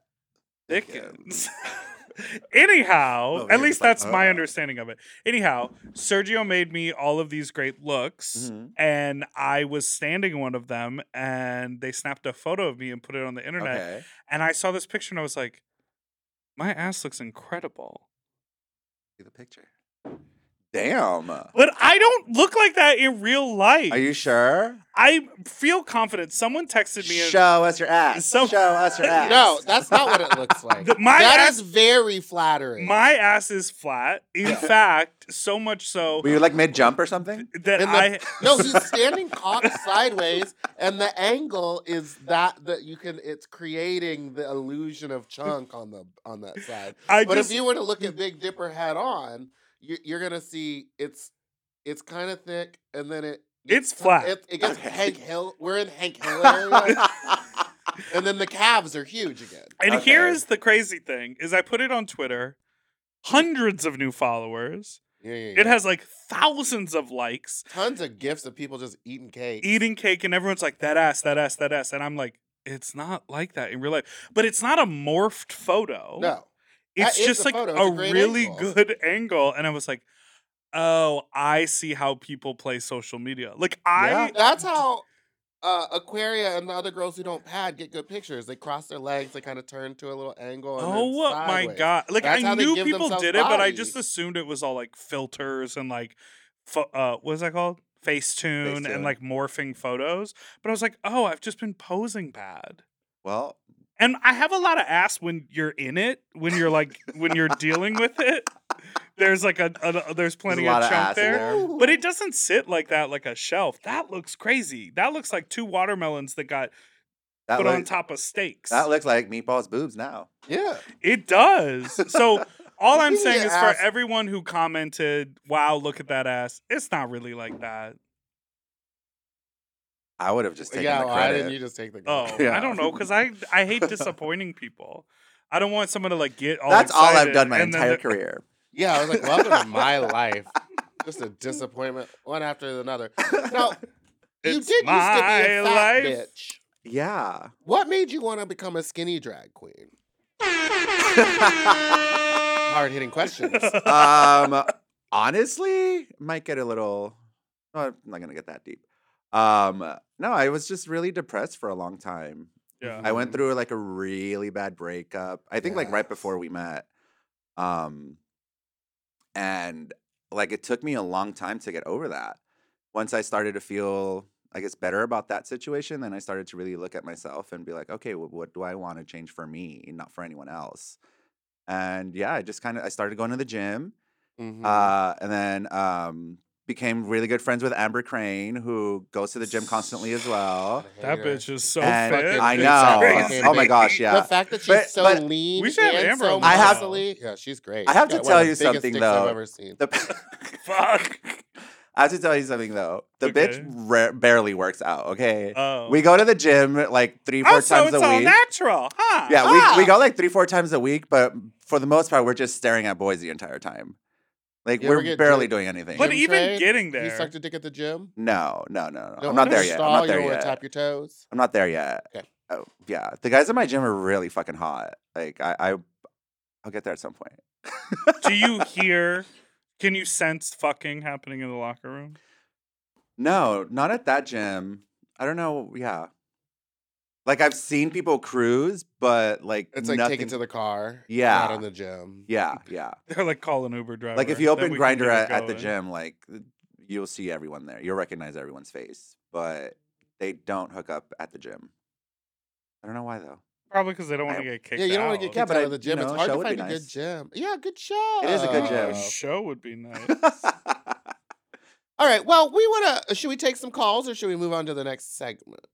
[SPEAKER 2] Dickens. [LAUGHS] Anyhow,
[SPEAKER 3] Well,
[SPEAKER 2] at least
[SPEAKER 3] we were just
[SPEAKER 2] that's
[SPEAKER 3] like,
[SPEAKER 2] my
[SPEAKER 3] "Oh."
[SPEAKER 2] understanding of it. Anyhow, Sergio made me all of these great looks,
[SPEAKER 3] Mhm.
[SPEAKER 2] and I was standing in one of them, and they snapped a photo of me and put it on the internet.
[SPEAKER 3] Okay.
[SPEAKER 2] And I saw this picture, and I was like, my ass looks incredible.
[SPEAKER 3] See the picture. Damn.
[SPEAKER 2] But I don't look like that in real life.
[SPEAKER 3] Are you sure?
[SPEAKER 2] I feel confident. Someone texted me. and-
[SPEAKER 3] Show us your ass.
[SPEAKER 2] So-
[SPEAKER 3] Show us your ass.
[SPEAKER 1] No, that's not what it looks like.
[SPEAKER 2] [LAUGHS] The- my
[SPEAKER 1] that
[SPEAKER 2] ass-
[SPEAKER 1] is very flattering.
[SPEAKER 2] my ass is flat. In fact, so much so
[SPEAKER 3] Were you like mid jump or something?
[SPEAKER 2] that
[SPEAKER 1] And the-
[SPEAKER 2] I
[SPEAKER 1] no, he's standing cocked sideways, and the angle is that that you can. It's creating the illusion of chunk on the on that side. [LAUGHS]
[SPEAKER 2] I
[SPEAKER 1] but
[SPEAKER 2] just Mm.
[SPEAKER 1] if you were to look at Big Dipper head on, you, you're gonna see it's it's kind of thick, and then it
[SPEAKER 2] It's flat.
[SPEAKER 1] It, it gets
[SPEAKER 3] Okay.
[SPEAKER 1] Hank Hill. We're in Hank
[SPEAKER 2] [LAUGHS]
[SPEAKER 1] Hill area, and then the calves are huge again.
[SPEAKER 2] and here
[SPEAKER 3] Okay.
[SPEAKER 2] is the crazy thing: is I put it on Twitter, hundreds of new followers.
[SPEAKER 1] Yeah, yeah,
[SPEAKER 2] It
[SPEAKER 1] yeah.
[SPEAKER 2] has like thousands of likes,
[SPEAKER 1] tons of gifts of people just eating cake.
[SPEAKER 2] eating cake, and everyone's like that ass, that ass, that ass, and I'm like. It's not like that in real life, but it's not a morphed photo.
[SPEAKER 1] no,
[SPEAKER 2] it's
[SPEAKER 1] That is
[SPEAKER 2] just
[SPEAKER 1] the
[SPEAKER 2] like
[SPEAKER 1] photo.
[SPEAKER 2] a,
[SPEAKER 1] It's a great
[SPEAKER 2] really
[SPEAKER 1] angle.
[SPEAKER 2] good angle and i was like oh i see how people play social media like i
[SPEAKER 3] Yeah.
[SPEAKER 1] that's how uh, Aquaria and the other girls who don't pad get good pictures. They cross their legs, they kind of turn to a little angle. And then
[SPEAKER 2] oh my
[SPEAKER 1] sideways.
[SPEAKER 2] god like
[SPEAKER 1] That's
[SPEAKER 2] i
[SPEAKER 1] how they
[SPEAKER 2] knew
[SPEAKER 1] give
[SPEAKER 2] people
[SPEAKER 1] themselves
[SPEAKER 2] did it but i
[SPEAKER 1] body.
[SPEAKER 2] just assumed it was all like filters and like pho- uh what's that called Facetune,
[SPEAKER 3] Facetune.
[SPEAKER 2] and like morphing photos but i was like oh i've just been posing bad
[SPEAKER 3] [LAUGHS] well,
[SPEAKER 2] and i have a lot of ass when you're in it when you're like when you're dealing with it there's like a, a- there's
[SPEAKER 3] there's a
[SPEAKER 2] plenty
[SPEAKER 3] lot
[SPEAKER 2] of
[SPEAKER 3] of
[SPEAKER 2] chunk
[SPEAKER 3] ass in there.
[SPEAKER 2] But it doesn't sit like that, like a shelf. That looks crazy. That looks like two watermelons that got
[SPEAKER 3] That,
[SPEAKER 2] put on
[SPEAKER 3] look-
[SPEAKER 2] top of steaks.
[SPEAKER 3] that looks like meatballs boobs now.
[SPEAKER 1] Yeah.
[SPEAKER 2] it does.
[SPEAKER 3] [LAUGHS]
[SPEAKER 2] So all I'm
[SPEAKER 1] Look at
[SPEAKER 2] saying
[SPEAKER 1] your
[SPEAKER 2] is
[SPEAKER 1] ass.
[SPEAKER 2] for everyone who commented, "Wow, look at that ass," it's not really like that.
[SPEAKER 3] I would have just taken
[SPEAKER 1] yeah,
[SPEAKER 3] the
[SPEAKER 1] why
[SPEAKER 3] credit.
[SPEAKER 1] didn't you just take the
[SPEAKER 2] Oh,
[SPEAKER 3] [LAUGHS]
[SPEAKER 1] credit?
[SPEAKER 2] I
[SPEAKER 3] Yeah.
[SPEAKER 2] don't know, because I I hate disappointing people. I don't want someone to like get all.
[SPEAKER 3] That's all I've
[SPEAKER 2] excited
[SPEAKER 3] done my
[SPEAKER 2] and then
[SPEAKER 3] entire
[SPEAKER 2] they're-
[SPEAKER 3] career.
[SPEAKER 2] [LAUGHS]
[SPEAKER 1] Yeah, I was like, welcome to my life. Just a disappointment, one after another. Now, you did used
[SPEAKER 2] It's
[SPEAKER 1] to be a fat
[SPEAKER 2] my life.
[SPEAKER 1] bitch.
[SPEAKER 3] [LAUGHS] yeah. [LAUGHS]
[SPEAKER 1] What made you want to become a skinny drag queen? Hard hitting
[SPEAKER 2] [LAUGHS]
[SPEAKER 1] questions.
[SPEAKER 3] um, honestly, might get a little. No, I'm not gonna get that deep. Um, no, I was just really depressed for a long time.
[SPEAKER 2] Yeah.
[SPEAKER 3] I went through like a really bad breakup. I think like right
[SPEAKER 1] Yes.
[SPEAKER 3] before we met. Um, and like it took me a long time to get over that. Once I started to feel, I guess, better about that situation, then I started to really look at myself and be like, okay, wh- what do I want to change for me, not for anyone else? And yeah, I just kind of I started going to the gym.
[SPEAKER 1] Mhm.
[SPEAKER 3] Uh, and then um, became really good friends with Amber Crane, who goes to the gym constantly as well.
[SPEAKER 1] I hate
[SPEAKER 2] That
[SPEAKER 1] her.
[SPEAKER 2] bitch is so
[SPEAKER 3] And
[SPEAKER 2] fit.
[SPEAKER 3] I
[SPEAKER 1] Fucking
[SPEAKER 3] know.
[SPEAKER 1] bitch.
[SPEAKER 3] Oh my gosh,
[SPEAKER 1] The
[SPEAKER 3] yeah.
[SPEAKER 1] fact that she's
[SPEAKER 3] But-
[SPEAKER 1] so
[SPEAKER 3] but-
[SPEAKER 1] lean
[SPEAKER 2] We should have
[SPEAKER 1] and
[SPEAKER 2] Amber
[SPEAKER 1] so
[SPEAKER 2] on the I
[SPEAKER 3] have-
[SPEAKER 2] show.
[SPEAKER 1] muscly- yeah, she's great.
[SPEAKER 3] I have
[SPEAKER 1] She's
[SPEAKER 3] to
[SPEAKER 1] got one of
[SPEAKER 3] tell
[SPEAKER 1] the
[SPEAKER 3] you
[SPEAKER 1] biggest
[SPEAKER 3] something,
[SPEAKER 1] dicks I've
[SPEAKER 3] though.
[SPEAKER 1] ever seen.
[SPEAKER 3] The-
[SPEAKER 2] Fuck.
[SPEAKER 3] I have to tell you something though. The
[SPEAKER 2] Okay.
[SPEAKER 3] bitch ra- barely works out. Okay,
[SPEAKER 2] Oh.
[SPEAKER 3] we go to the gym like three, four
[SPEAKER 2] Oh, so
[SPEAKER 3] times
[SPEAKER 2] it's
[SPEAKER 3] a
[SPEAKER 2] all
[SPEAKER 3] week.
[SPEAKER 2] natural, huh?
[SPEAKER 3] yeah,
[SPEAKER 1] Ah.
[SPEAKER 3] we, we go like three, four times a week, but for the most part, we're just staring at boys the entire time. Like
[SPEAKER 1] You ever
[SPEAKER 3] we're
[SPEAKER 1] get
[SPEAKER 3] barely
[SPEAKER 1] drunk?
[SPEAKER 3] doing anything.
[SPEAKER 2] But
[SPEAKER 1] Gym
[SPEAKER 2] even
[SPEAKER 1] trained?
[SPEAKER 2] getting
[SPEAKER 1] You
[SPEAKER 2] there,
[SPEAKER 1] sucked a dick at the gym?
[SPEAKER 3] no, no, no, no.
[SPEAKER 1] Don't
[SPEAKER 3] I'm not
[SPEAKER 1] wanna
[SPEAKER 3] there yet. I'm
[SPEAKER 1] stall,
[SPEAKER 3] not
[SPEAKER 1] you
[SPEAKER 3] there
[SPEAKER 1] don't wanna
[SPEAKER 3] yet.
[SPEAKER 1] tap your toes?
[SPEAKER 3] I'm not there yet.
[SPEAKER 1] Okay.
[SPEAKER 3] Oh yeah, the guys at my gym are really fucking hot. Like I, I I'll get there at some point.
[SPEAKER 2] do
[SPEAKER 1] [LAUGHS]
[SPEAKER 2] you hear? Can you sense fucking happening in the locker room? [LAUGHS]
[SPEAKER 3] No, not at that gym. I don't know. Yeah. Like I've seen people cruise, but like
[SPEAKER 1] It's like
[SPEAKER 3] nothing.
[SPEAKER 1] take it to the car.
[SPEAKER 3] Yeah.
[SPEAKER 1] Not in the gym.
[SPEAKER 2] [LAUGHS]
[SPEAKER 3] yeah, yeah.
[SPEAKER 2] They're like calling Uber driver.
[SPEAKER 3] Like if you
[SPEAKER 2] that
[SPEAKER 3] open
[SPEAKER 2] we can
[SPEAKER 3] Grinder
[SPEAKER 2] get
[SPEAKER 3] at,
[SPEAKER 2] it
[SPEAKER 3] at the
[SPEAKER 2] going.
[SPEAKER 3] gym, like th- you'll see everyone there. You'll recognize everyone's face, but they don't hook up at the gym. I don't know why though.
[SPEAKER 2] probably because they don't want
[SPEAKER 3] I-
[SPEAKER 2] to get kicked.
[SPEAKER 1] Yeah, you don't want to get
[SPEAKER 2] out.
[SPEAKER 1] kicked
[SPEAKER 3] Yeah, but
[SPEAKER 1] out
[SPEAKER 3] I-
[SPEAKER 1] of the
[SPEAKER 3] you
[SPEAKER 1] gym.
[SPEAKER 3] know,
[SPEAKER 1] it's
[SPEAKER 3] a
[SPEAKER 1] hard
[SPEAKER 3] show
[SPEAKER 1] to
[SPEAKER 3] would be
[SPEAKER 1] find a good
[SPEAKER 3] nice.
[SPEAKER 1] gym. Yeah, good show.
[SPEAKER 3] It is a good
[SPEAKER 2] Oh,
[SPEAKER 3] gym.
[SPEAKER 2] A show would be nice.
[SPEAKER 3] [LAUGHS]
[SPEAKER 1] All right. Well, we want to. Should we take some calls or should we move on to the next segment?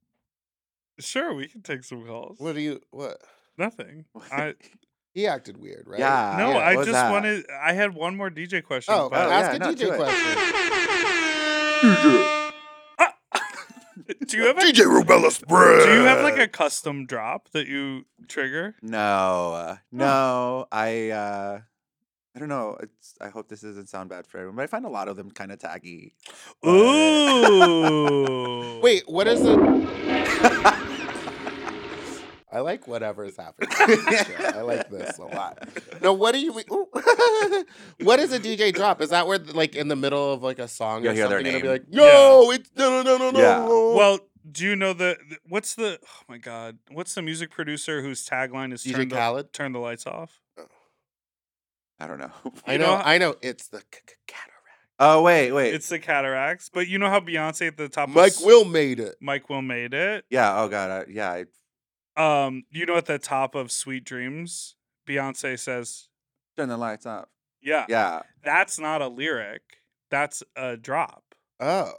[SPEAKER 2] sure, we can take some calls.
[SPEAKER 1] What do you? What?
[SPEAKER 2] [LAUGHS] Nothing.
[SPEAKER 3] [LAUGHS]
[SPEAKER 2] I
[SPEAKER 1] He acted weird, right?
[SPEAKER 3] Ah, Yeah.
[SPEAKER 2] no. I
[SPEAKER 3] what was
[SPEAKER 2] just
[SPEAKER 3] that?
[SPEAKER 2] wanted. I had one more DJ question.
[SPEAKER 1] Oh,
[SPEAKER 2] but-
[SPEAKER 3] yeah,
[SPEAKER 1] ask a
[SPEAKER 3] no, do
[SPEAKER 1] DJ
[SPEAKER 3] it.
[SPEAKER 1] question. oh.
[SPEAKER 2] [LAUGHS] do you have a,
[SPEAKER 3] DJ Rubella spread.
[SPEAKER 2] Do you have like a custom drop that you trigger?
[SPEAKER 3] No, uh, no. I uh, I don't know. It's, I hope this doesn't sound bad for everyone, but I find a lot of them kind of taggy. but-
[SPEAKER 1] [LAUGHS]
[SPEAKER 3] [LAUGHS]
[SPEAKER 2] Ooh.
[SPEAKER 1] Wait, what is it? I like whatever's
[SPEAKER 3] [LAUGHS]
[SPEAKER 1] happening. I like this a lot. Now, what do you mean? ooh. [LAUGHS] what is a DJ drop? Is that where, like, in the middle of like a song,
[SPEAKER 3] You'll
[SPEAKER 1] or
[SPEAKER 3] hear their
[SPEAKER 1] something, it'll be
[SPEAKER 3] name.
[SPEAKER 1] like, "Yo, it's no, no, no, no,
[SPEAKER 3] Yeah.
[SPEAKER 1] no."
[SPEAKER 2] Well, do you know the the- what's the oh my god what's the music producer whose tagline is turn
[SPEAKER 1] DJ
[SPEAKER 2] the,
[SPEAKER 1] Khaled.
[SPEAKER 2] turn the lights off?
[SPEAKER 3] I don't know. [LAUGHS]
[SPEAKER 1] I
[SPEAKER 2] you
[SPEAKER 1] know,
[SPEAKER 2] know-
[SPEAKER 1] I know. It's the c- c- cataract.
[SPEAKER 3] Oh wait, wait.
[SPEAKER 2] It's the Cataracts, but you know how Beyonce at the top
[SPEAKER 1] Mike
[SPEAKER 2] was,
[SPEAKER 1] Will made it.
[SPEAKER 2] Mike Will made it.
[SPEAKER 3] yeah. Oh god. I, yeah. I,
[SPEAKER 2] Um, you know at the top of Sweet Dreams, Beyonce says,
[SPEAKER 3] turn the lights up.
[SPEAKER 2] "Yeah,
[SPEAKER 3] Yeah.
[SPEAKER 2] that's not a lyric. That's a drop."
[SPEAKER 1] Oh,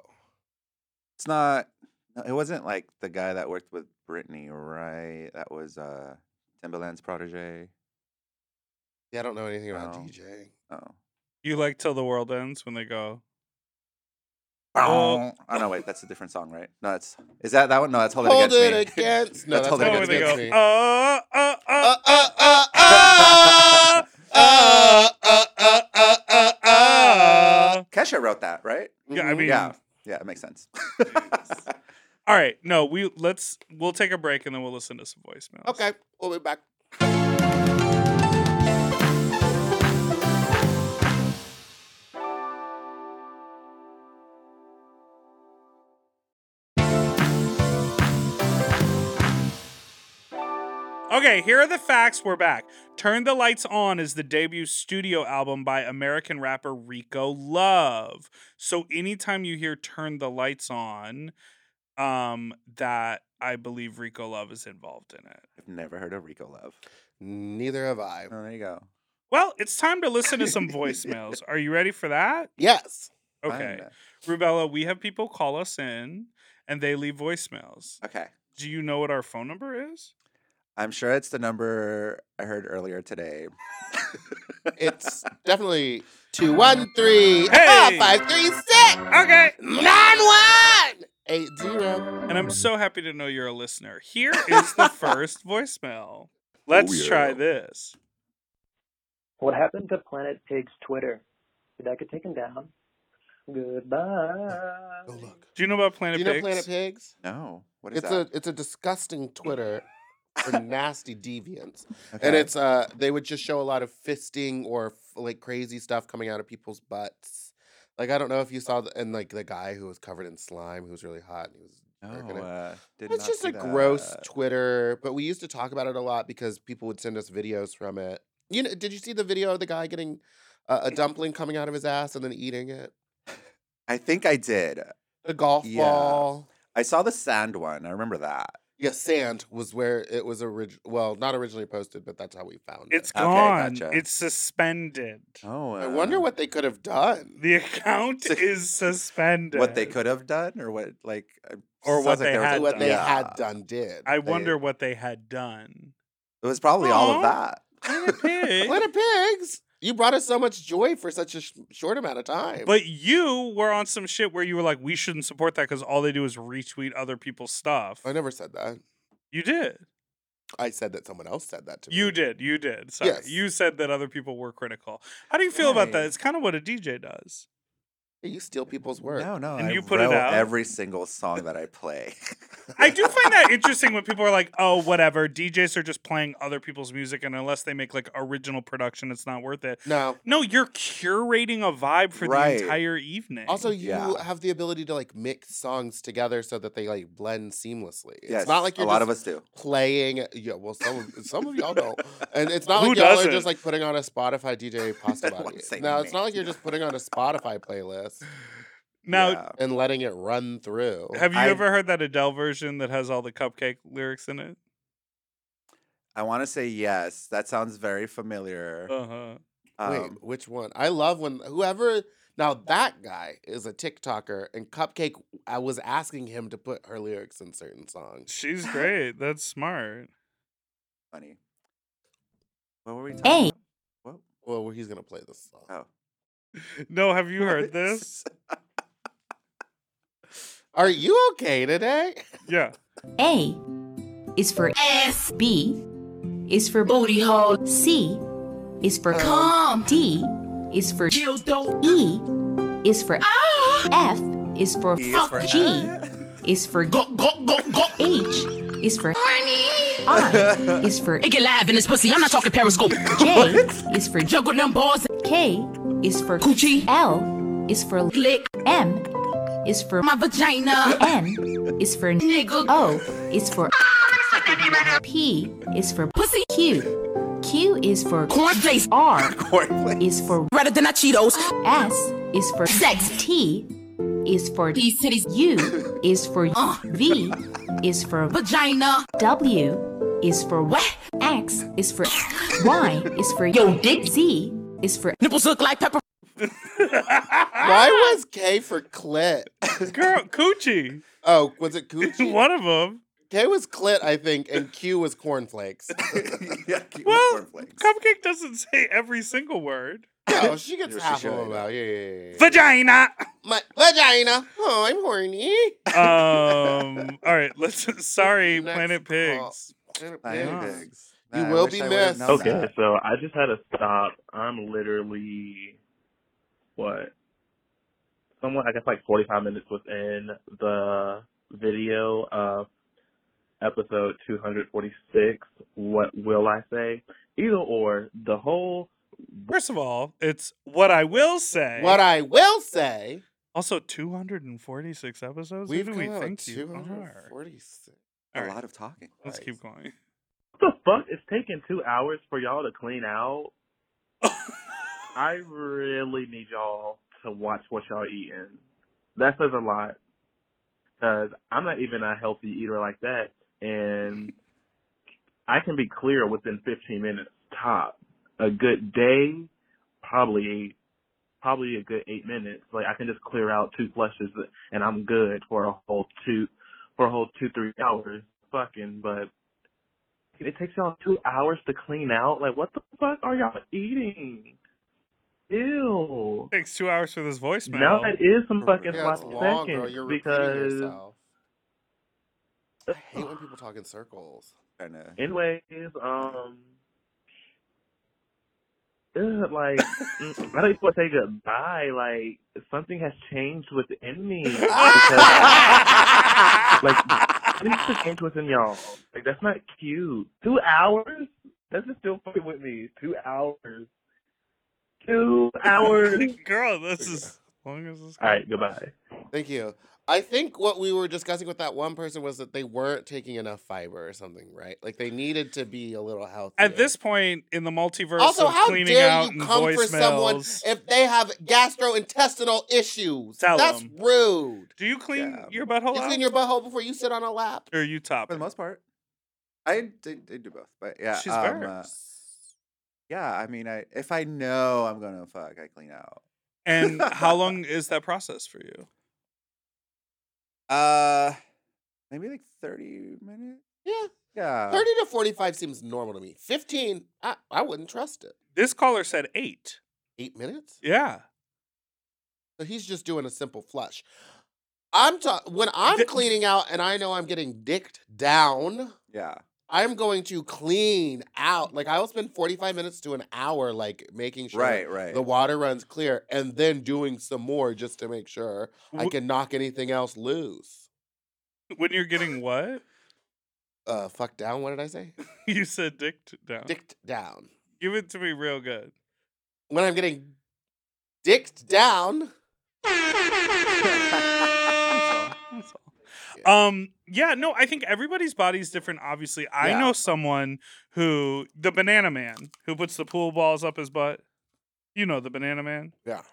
[SPEAKER 3] It's not. no, It wasn't like the guy that worked with Britney, right? That was uh Timbaland's protege.
[SPEAKER 1] yeah, I don't know anything about
[SPEAKER 3] Oh.
[SPEAKER 1] DJing.
[SPEAKER 3] Oh.
[SPEAKER 2] You like till the world ends when they go.
[SPEAKER 3] Oh
[SPEAKER 2] Oh.
[SPEAKER 3] no! Wait, that's a different song, right? No, that's is that that one? No, that's hold it
[SPEAKER 1] Hold
[SPEAKER 3] against
[SPEAKER 1] it
[SPEAKER 3] me.
[SPEAKER 1] against. No, that's,
[SPEAKER 3] That's Hold It
[SPEAKER 2] Oh,
[SPEAKER 1] hold it
[SPEAKER 2] when they
[SPEAKER 3] Against
[SPEAKER 2] go.
[SPEAKER 1] against me.
[SPEAKER 2] Uh, uh, uh.
[SPEAKER 1] Uh, uh, uh, uh, uh, uh, uh, uh, uh, uh.
[SPEAKER 3] [LAUGHS]
[SPEAKER 2] Uh.
[SPEAKER 3] Kesha wrote that, right?
[SPEAKER 2] Yeah, I
[SPEAKER 1] Mhm.
[SPEAKER 2] mean,
[SPEAKER 3] Yeah, yeah, it makes sense.
[SPEAKER 2] all right. No, we let's we'll take a break and then we'll listen to some
[SPEAKER 1] [LAUGHS]
[SPEAKER 2] voicemails.
[SPEAKER 1] Okay, we'll be back.
[SPEAKER 2] Okay, here are the facts. We're back. Turn the Lights On is the debut studio album by American rapper Rico Love. So anytime you hear Turn the Lights On, um, that I believe Rico Love is involved in it.
[SPEAKER 3] I've never heard of Rico Love.
[SPEAKER 1] Neither have I.
[SPEAKER 3] Oh, there you go.
[SPEAKER 2] Well, it's time to listen to some voicemails. Are you ready for that?
[SPEAKER 1] Yes.
[SPEAKER 3] Fine
[SPEAKER 2] Okay.
[SPEAKER 3] then.
[SPEAKER 2] Rubella, we have people call us in and they leave voicemails.
[SPEAKER 3] Okay.
[SPEAKER 2] Do you know what our phone number is?
[SPEAKER 3] I'm sure it's the number I heard earlier today.
[SPEAKER 1] It's definitely 213
[SPEAKER 2] Hey!
[SPEAKER 1] 536
[SPEAKER 2] Okay.
[SPEAKER 1] 9180.
[SPEAKER 2] And I'm so happy to know you're a listener. Here is the first [LAUGHS] voicemail. Let's
[SPEAKER 3] yeah.
[SPEAKER 2] try this.
[SPEAKER 5] What happened to Planet Pig's Twitter? Did I get taken down? Goodbye.
[SPEAKER 1] Oh, look.
[SPEAKER 2] Do you know about
[SPEAKER 1] Do
[SPEAKER 2] Planet
[SPEAKER 1] you
[SPEAKER 2] Pigs?
[SPEAKER 1] know Planet Pigs?
[SPEAKER 3] No, what is
[SPEAKER 1] It's a
[SPEAKER 3] that?
[SPEAKER 1] it's a disgusting Twitter for nasty deviants.
[SPEAKER 3] Okay.
[SPEAKER 1] And it's uh they would just show a lot of fisting or f- like crazy stuff coming out of people's butts. Like I don't know if you saw the, and like the guy who was covered in slime who was really hot and he was
[SPEAKER 3] no,
[SPEAKER 1] working it.
[SPEAKER 3] uh, did
[SPEAKER 1] It's
[SPEAKER 3] not
[SPEAKER 1] just
[SPEAKER 3] see
[SPEAKER 1] a gross
[SPEAKER 3] that.
[SPEAKER 1] Twitter, but we used to talk about it a lot because people would send us videos from it. You know, did you see the video of the guy getting uh, a dumpling coming out of his ass and then eating it?
[SPEAKER 3] I think I did.
[SPEAKER 1] The golf
[SPEAKER 3] Yeah.
[SPEAKER 1] ball.
[SPEAKER 3] I saw the sand one. I remember that.
[SPEAKER 1] Yeah, sand was where it was original. Well, not originally posted, but that's how we found
[SPEAKER 2] It's
[SPEAKER 1] it.
[SPEAKER 3] Okay,
[SPEAKER 2] gone.
[SPEAKER 3] gotcha.
[SPEAKER 2] It's suspended.
[SPEAKER 3] Oh,
[SPEAKER 1] I wonder
[SPEAKER 3] uh,
[SPEAKER 1] what they could have done.
[SPEAKER 2] The account is suspended.
[SPEAKER 3] what they could have done, or what like, uh,
[SPEAKER 2] Or what
[SPEAKER 3] sounds
[SPEAKER 2] they
[SPEAKER 3] there was a-
[SPEAKER 2] had
[SPEAKER 1] what
[SPEAKER 2] done.
[SPEAKER 1] they
[SPEAKER 3] Yeah.
[SPEAKER 1] had done did.
[SPEAKER 2] I
[SPEAKER 1] They-
[SPEAKER 2] wonder what they had done.
[SPEAKER 3] It was probably all of
[SPEAKER 2] Aw.
[SPEAKER 3] [LAUGHS] that.
[SPEAKER 2] Planet Pig.
[SPEAKER 1] Little pigs. You brought us so much joy for such a sh- short amount of time.
[SPEAKER 2] But you were on some shit where you were like, we shouldn't support that because all they do is retweet other people's stuff.
[SPEAKER 1] I never said that.
[SPEAKER 2] You did.
[SPEAKER 1] I said that someone else said that to me.
[SPEAKER 2] You did. You did. Sorry.
[SPEAKER 1] Yes.
[SPEAKER 2] You said that other people were critical. How do you feel about that?
[SPEAKER 3] Right.
[SPEAKER 2] It's kind of what a DJ does.
[SPEAKER 1] You steal people's work.
[SPEAKER 3] No, no.
[SPEAKER 2] And
[SPEAKER 3] I
[SPEAKER 2] you put it
[SPEAKER 3] wrote
[SPEAKER 2] out?
[SPEAKER 3] every single song that I play. [LAUGHS]
[SPEAKER 2] I do find that interesting when people are like, oh, whatever. DJs are just playing other people's music, and unless they make like original production, it's not worth it.
[SPEAKER 1] No.
[SPEAKER 2] No, you're curating a vibe for
[SPEAKER 3] Right.
[SPEAKER 2] the entire evening.
[SPEAKER 1] Also, you
[SPEAKER 3] Yeah.
[SPEAKER 1] have the ability to like mix songs together so that they like blend seamlessly.
[SPEAKER 3] yes,
[SPEAKER 1] It's not like you're
[SPEAKER 3] a lot
[SPEAKER 1] just
[SPEAKER 3] of us do.
[SPEAKER 1] playing. Yeah, well, some of, some of y'all
[SPEAKER 3] [LAUGHS]
[SPEAKER 1] don't, and it's not
[SPEAKER 2] Who
[SPEAKER 1] like y'all are
[SPEAKER 2] doesn't?
[SPEAKER 1] just like putting on a Spotify DJ pasta
[SPEAKER 3] don't wanna
[SPEAKER 1] body.
[SPEAKER 3] say
[SPEAKER 1] No, it's not like
[SPEAKER 3] names.
[SPEAKER 1] you're just putting on a Spotify
[SPEAKER 3] [LAUGHS]
[SPEAKER 1] playlist
[SPEAKER 2] now,
[SPEAKER 3] Yeah.
[SPEAKER 1] and letting it run through.
[SPEAKER 2] have you
[SPEAKER 3] I-
[SPEAKER 2] ever heard that Adele version that has all the cupcake lyrics in it?
[SPEAKER 3] I want to say yes. That sounds very familiar.
[SPEAKER 2] Uh huh.
[SPEAKER 1] Wait,
[SPEAKER 3] Um,
[SPEAKER 1] which one? I love when whoever. Now that guy is a TikToker, and Cupcake. I was asking him to put her lyrics in certain songs.
[SPEAKER 2] She's great. That's smart.
[SPEAKER 3] funny. What were we talking
[SPEAKER 6] Hey.
[SPEAKER 3] about? What?
[SPEAKER 1] Well, he's gonna play this song.
[SPEAKER 3] Oh.
[SPEAKER 2] No, have you heard this?
[SPEAKER 1] Are you okay today?
[SPEAKER 2] Yeah.
[SPEAKER 6] A is for ass. B is for booty hole. C is for calm. D is for dildo. E is for
[SPEAKER 7] Ah.
[SPEAKER 6] F is for
[SPEAKER 3] E is for
[SPEAKER 6] G is for go go go go. H is for I is for
[SPEAKER 7] It get live in this pussy. I'm not talking Periscope.
[SPEAKER 6] J is for
[SPEAKER 7] Juggle them balls.
[SPEAKER 6] K is for
[SPEAKER 7] Coochie.
[SPEAKER 6] L is for
[SPEAKER 7] Lick
[SPEAKER 6] M is for
[SPEAKER 7] my vagina.
[SPEAKER 6] N is for
[SPEAKER 7] Nigga.
[SPEAKER 6] O is for P is for
[SPEAKER 7] Pussy.
[SPEAKER 6] Q. Q is for
[SPEAKER 7] Cornflakes.
[SPEAKER 6] R
[SPEAKER 3] [LAUGHS] Cornflakes. [LAUGHS]
[SPEAKER 6] is for
[SPEAKER 7] Rather than I Cheetos.
[SPEAKER 6] S is for
[SPEAKER 7] Sex.
[SPEAKER 6] T is for
[SPEAKER 7] These Uh. titties.
[SPEAKER 6] U is for V is for
[SPEAKER 7] Vagina.
[SPEAKER 6] W is for what? X is for Y is for
[SPEAKER 7] Yo, dick.
[SPEAKER 6] Z is for
[SPEAKER 7] Nipples look like pepper.
[SPEAKER 1] Why was K for clit? [LAUGHS]
[SPEAKER 2] Girl, coochie.
[SPEAKER 1] Oh, was it Gucci?
[SPEAKER 2] One of them.
[SPEAKER 1] K was clit, I think, and Q was cornflakes.
[SPEAKER 3] yeah, keep
[SPEAKER 2] Well,
[SPEAKER 3] well, cornflakes.
[SPEAKER 2] Cupcake doesn't [LAUGHS] say every single word.
[SPEAKER 1] No, Oh, she gets
[SPEAKER 3] Yes, she
[SPEAKER 1] half of
[SPEAKER 3] should.
[SPEAKER 1] them out. Yeah, yeah, yeah, yeah.
[SPEAKER 2] Vagina.
[SPEAKER 1] My vagina. Oh, I'm horny.
[SPEAKER 2] Um. all right. Let's. [LAUGHS] Sorry,
[SPEAKER 1] [LAUGHS] Next
[SPEAKER 2] Planet
[SPEAKER 1] call.
[SPEAKER 2] Pigs.
[SPEAKER 1] Planet
[SPEAKER 3] I
[SPEAKER 2] Yeah.
[SPEAKER 3] am
[SPEAKER 1] Pigs.
[SPEAKER 3] pigs.
[SPEAKER 1] You
[SPEAKER 3] Man, I
[SPEAKER 1] will
[SPEAKER 3] wish
[SPEAKER 1] be
[SPEAKER 3] I would've
[SPEAKER 1] missed.
[SPEAKER 3] known
[SPEAKER 8] Okay,
[SPEAKER 3] that.
[SPEAKER 8] so I just had a stop. I'm literally what? Somewhat I guess like forty five minutes within the video of episode two hundred forty six. What will I say? Either or the whole
[SPEAKER 2] First of all, it's what I will say.
[SPEAKER 1] What I will say,
[SPEAKER 2] also, 246 episodes. Who
[SPEAKER 1] we've
[SPEAKER 2] do
[SPEAKER 1] come
[SPEAKER 2] we
[SPEAKER 1] out
[SPEAKER 2] think you are?
[SPEAKER 1] 246.
[SPEAKER 2] All
[SPEAKER 3] A
[SPEAKER 2] right.
[SPEAKER 3] lot of talking.
[SPEAKER 2] Let's keep going.
[SPEAKER 8] what the fuck is taking two hours for y'all to clean out? I really need y'all to watch what y'all eating. That says a lot. Cause I'm not even a healthy eater like that, and I can be clear within 15 minutes top. A good day, probably, probably a good eight minutes. Like I can just clear out two flushes, and I'm good for a whole two, for a whole two three hours. Fucking, but it takes y'all two hours to clean out. Like, what the fuck are y'all eating? Ew.
[SPEAKER 2] Takes two hours for this voicemail.
[SPEAKER 8] Now that is some fucking
[SPEAKER 1] Yeah, it's
[SPEAKER 8] five
[SPEAKER 1] long, girl.
[SPEAKER 8] seconds
[SPEAKER 1] You're repeating
[SPEAKER 8] because.
[SPEAKER 1] yourself. I hate when people talk in circles.
[SPEAKER 3] Kinda.
[SPEAKER 8] [LAUGHS] Anyways, um, ugh, like mm, I don't even want to say goodbye. Like something has changed within me [LAUGHS] because
[SPEAKER 1] [LAUGHS]
[SPEAKER 8] like something's just changed within y'all. Like that's not cute. Two hours? That's just still fucking with me. Two hours. Two
[SPEAKER 1] [LAUGHS]
[SPEAKER 8] hours.
[SPEAKER 2] [LAUGHS] Girl, this is long as this.
[SPEAKER 8] All right, goodbye.
[SPEAKER 1] Thank you. I think what we were discussing with that one person was that they weren't taking enough fiber or something, right? Like they needed to be a little healthy.
[SPEAKER 2] At this point in the multiverse,
[SPEAKER 1] also,
[SPEAKER 2] of
[SPEAKER 1] how
[SPEAKER 2] cleaning
[SPEAKER 1] dare
[SPEAKER 2] out
[SPEAKER 1] you
[SPEAKER 2] and
[SPEAKER 1] come for someone
[SPEAKER 2] voicemails-
[SPEAKER 1] if they have gastrointestinal issues?
[SPEAKER 2] Tell
[SPEAKER 1] That's
[SPEAKER 2] 'em.
[SPEAKER 1] rude.
[SPEAKER 2] Do you clean
[SPEAKER 3] Yeah.
[SPEAKER 2] your butthole
[SPEAKER 1] You
[SPEAKER 2] out?
[SPEAKER 1] clean your butthole before you sit on a lap.
[SPEAKER 2] or you top?
[SPEAKER 3] [LAUGHS] For the
[SPEAKER 2] it?
[SPEAKER 3] most part, I did, did do both, but yeah,
[SPEAKER 2] She's
[SPEAKER 3] um,
[SPEAKER 2] very.
[SPEAKER 3] uh, yeah. I mean, I if I know I'm gonna fuck, I clean out.
[SPEAKER 2] and
[SPEAKER 1] [LAUGHS]
[SPEAKER 2] how long is that process for you?
[SPEAKER 3] Uh, maybe like thirty minutes.
[SPEAKER 1] Yeah.
[SPEAKER 2] Uh,
[SPEAKER 3] Yeah,
[SPEAKER 1] 30 to 45 seems normal to me. 15, I, I wouldn't trust it.
[SPEAKER 2] This caller said eight.
[SPEAKER 1] Eight minutes?
[SPEAKER 2] Yeah.
[SPEAKER 1] So he's just doing a simple flush. I'm ta- when I'm
[SPEAKER 2] Th-
[SPEAKER 1] cleaning out and I know I'm getting dicked down,
[SPEAKER 3] yeah.
[SPEAKER 1] I'm going to clean out. Like I'll spend 45 minutes to an hour like making sure
[SPEAKER 3] Right, right.
[SPEAKER 1] the water runs clear and then doing some more just to make sure I
[SPEAKER 2] Wh-
[SPEAKER 1] can knock anything else loose.
[SPEAKER 2] When you're getting what?
[SPEAKER 1] Uh fuck down, what did I say?
[SPEAKER 2] [LAUGHS] You said dick t- down.
[SPEAKER 1] Dicked down.
[SPEAKER 2] Give it to me real good.
[SPEAKER 1] When I'm getting dicked down,
[SPEAKER 2] That's all. Um, yeah, no, I think everybody's body's different, obviously. I
[SPEAKER 1] Yeah.
[SPEAKER 2] know someone who, the banana man, who puts the pool balls up his butt. You know the banana man.
[SPEAKER 1] Yeah.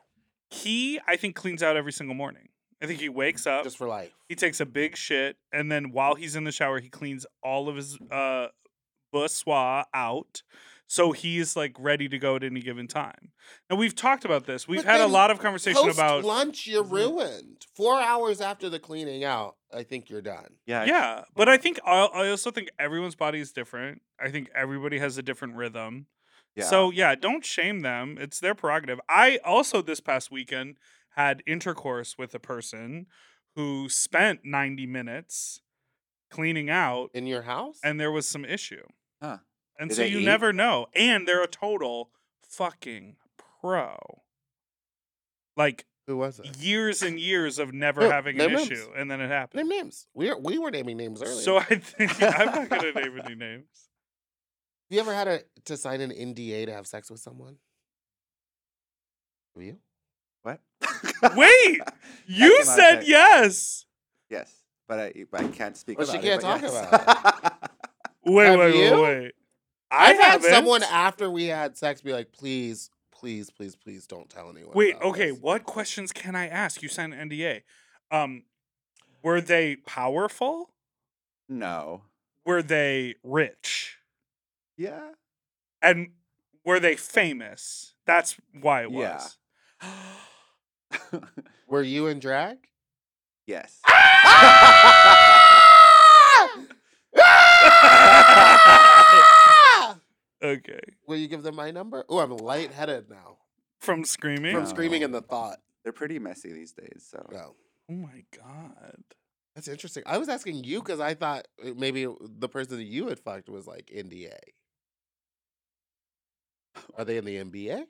[SPEAKER 2] He, I think, cleans out every single morning. I think he wakes up,
[SPEAKER 1] just for life.
[SPEAKER 2] he takes a big shit, and then while he's in the shower, he cleans all of his uh bussoir out. So he's like ready to go at any given time. And we've talked about this. We've
[SPEAKER 1] But
[SPEAKER 2] had a
[SPEAKER 1] then
[SPEAKER 2] lot of conversation
[SPEAKER 1] Post
[SPEAKER 2] about
[SPEAKER 1] lunch, you're
[SPEAKER 2] Mhm.
[SPEAKER 1] ruined. Four hours after the cleaning out, I think you're done.
[SPEAKER 3] Yeah,
[SPEAKER 2] yeah but i think I, I also think everyone's body is different i think everybody has a different rhythm
[SPEAKER 3] yeah.
[SPEAKER 2] so yeah don't shame them it's their prerogative i also this past weekend had intercourse with a person who spent 90 minutes cleaning out
[SPEAKER 1] In your house?
[SPEAKER 2] and there was some issue
[SPEAKER 3] Huh.
[SPEAKER 2] and
[SPEAKER 3] Did
[SPEAKER 2] so
[SPEAKER 3] they
[SPEAKER 2] you
[SPEAKER 3] eat?
[SPEAKER 2] never know and they're a total fucking pro. Like
[SPEAKER 1] Who was it?
[SPEAKER 2] years and years of never
[SPEAKER 1] Who?
[SPEAKER 2] having
[SPEAKER 1] Their
[SPEAKER 2] an
[SPEAKER 1] names.
[SPEAKER 2] issue, and then it happened.
[SPEAKER 1] Name names. We are, we were naming names earlier.
[SPEAKER 2] So I think I'm not gonna name any names.
[SPEAKER 1] you ever had a, to sign an NDA to have sex with someone? Have you?
[SPEAKER 3] What?
[SPEAKER 2] Wait,
[SPEAKER 3] I
[SPEAKER 2] you
[SPEAKER 3] cannot
[SPEAKER 2] said
[SPEAKER 3] say.
[SPEAKER 2] yes.
[SPEAKER 3] [LAUGHS] Yes, but I but I can't speak.
[SPEAKER 1] But she can't
[SPEAKER 3] about it,
[SPEAKER 1] talk
[SPEAKER 3] yes.
[SPEAKER 2] Wait,
[SPEAKER 1] Have
[SPEAKER 2] wait,
[SPEAKER 1] you?
[SPEAKER 2] wait, wait. I
[SPEAKER 1] I've had
[SPEAKER 2] haven't.
[SPEAKER 1] someone after we had sex be like, please, please, please, please don't tell anyone.
[SPEAKER 2] Wait,
[SPEAKER 1] about
[SPEAKER 2] okay.
[SPEAKER 1] this."
[SPEAKER 2] What questions can I ask? You signed an NDA. Um, were they powerful?
[SPEAKER 3] [LAUGHS] no.
[SPEAKER 2] Were they rich?
[SPEAKER 3] Yeah.
[SPEAKER 2] And were they famous? That's why it
[SPEAKER 3] Yeah.
[SPEAKER 2] was.
[SPEAKER 1] Were you in
[SPEAKER 2] [LAUGHS]
[SPEAKER 1] drag?
[SPEAKER 3] [LAUGHS]
[SPEAKER 1] [LAUGHS]
[SPEAKER 3] yes.
[SPEAKER 2] okay.
[SPEAKER 1] Will you give them my number? Oh, I'm lightheaded
[SPEAKER 2] [LAUGHS]
[SPEAKER 1] now
[SPEAKER 2] From screaming.
[SPEAKER 1] from screaming in the thought.
[SPEAKER 3] They're pretty messy these days, so
[SPEAKER 1] No.
[SPEAKER 2] Oh my god.
[SPEAKER 1] That's interesting. I was asking you because I thought uh, maybe the person that you had fucked was like NDA. Are they in the NBA?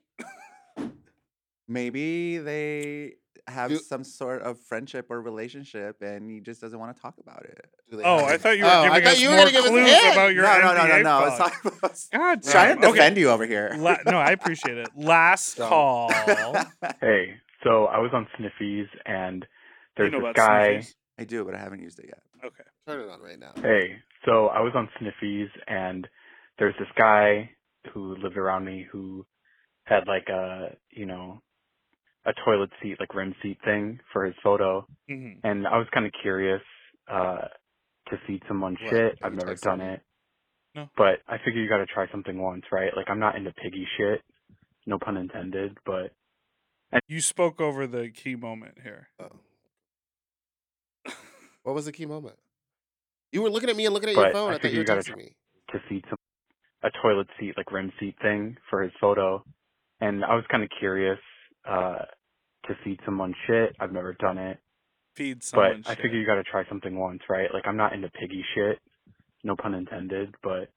[SPEAKER 3] maybe they have
[SPEAKER 1] Do-
[SPEAKER 3] some sort of friendship or relationship, and he just doesn't want to talk about it.
[SPEAKER 1] Do they
[SPEAKER 2] Oh,
[SPEAKER 1] have
[SPEAKER 2] I
[SPEAKER 1] an-
[SPEAKER 2] thought you were
[SPEAKER 1] Oh, I
[SPEAKER 2] giving
[SPEAKER 1] thought
[SPEAKER 2] us
[SPEAKER 1] you were
[SPEAKER 2] more
[SPEAKER 1] gonna give us
[SPEAKER 2] clues
[SPEAKER 1] in.
[SPEAKER 2] about your
[SPEAKER 3] no, no, no, no,
[SPEAKER 2] NBA
[SPEAKER 3] no. I was
[SPEAKER 2] fuck.
[SPEAKER 3] talking [LAUGHS] about-
[SPEAKER 2] God damn.
[SPEAKER 3] trying to
[SPEAKER 2] Okay.
[SPEAKER 3] defend you over [LAUGHS] here.
[SPEAKER 2] La- no, I appreciate it. Last
[SPEAKER 1] Don't.
[SPEAKER 3] [LAUGHS]
[SPEAKER 2] call.
[SPEAKER 5] Hey, so I was on Sniffies and
[SPEAKER 2] you
[SPEAKER 5] there's
[SPEAKER 2] know
[SPEAKER 5] this
[SPEAKER 2] about
[SPEAKER 5] guy.
[SPEAKER 2] sniffies.
[SPEAKER 3] I do, but I haven't used it yet.
[SPEAKER 2] Okay.
[SPEAKER 1] Turn it on right now.
[SPEAKER 5] Hey, so I was on Sniffies and there's this guy who lived around me who had like a, you know, a toilet seat, like rim seat thing for his photo.
[SPEAKER 2] hmm
[SPEAKER 5] And I was kind of curious uh, to feed someone
[SPEAKER 1] What?
[SPEAKER 5] shit.
[SPEAKER 1] Are
[SPEAKER 5] I've
[SPEAKER 1] you
[SPEAKER 5] never
[SPEAKER 1] texting
[SPEAKER 5] done
[SPEAKER 1] me?
[SPEAKER 5] it.
[SPEAKER 2] No.
[SPEAKER 5] But I figure you got to try something once, right? Like I'm not into piggy shit, no pun intended, but
[SPEAKER 2] You spoke over the key moment here.
[SPEAKER 1] Oh. What was the key moment? You were looking at me and looking at your
[SPEAKER 5] But
[SPEAKER 1] phone.
[SPEAKER 5] I
[SPEAKER 1] I, thought
[SPEAKER 5] figure
[SPEAKER 1] you were
[SPEAKER 5] you gotta
[SPEAKER 1] texting
[SPEAKER 5] tr-
[SPEAKER 1] me.
[SPEAKER 5] to feed some a toilet seat like rim seat thing for his photo and i was kind of curious uh to feed someone shit i've never done it
[SPEAKER 2] Feed someone
[SPEAKER 5] but i
[SPEAKER 2] shit.
[SPEAKER 5] figure you got to try something once right like i'm not into piggy shit no pun intended but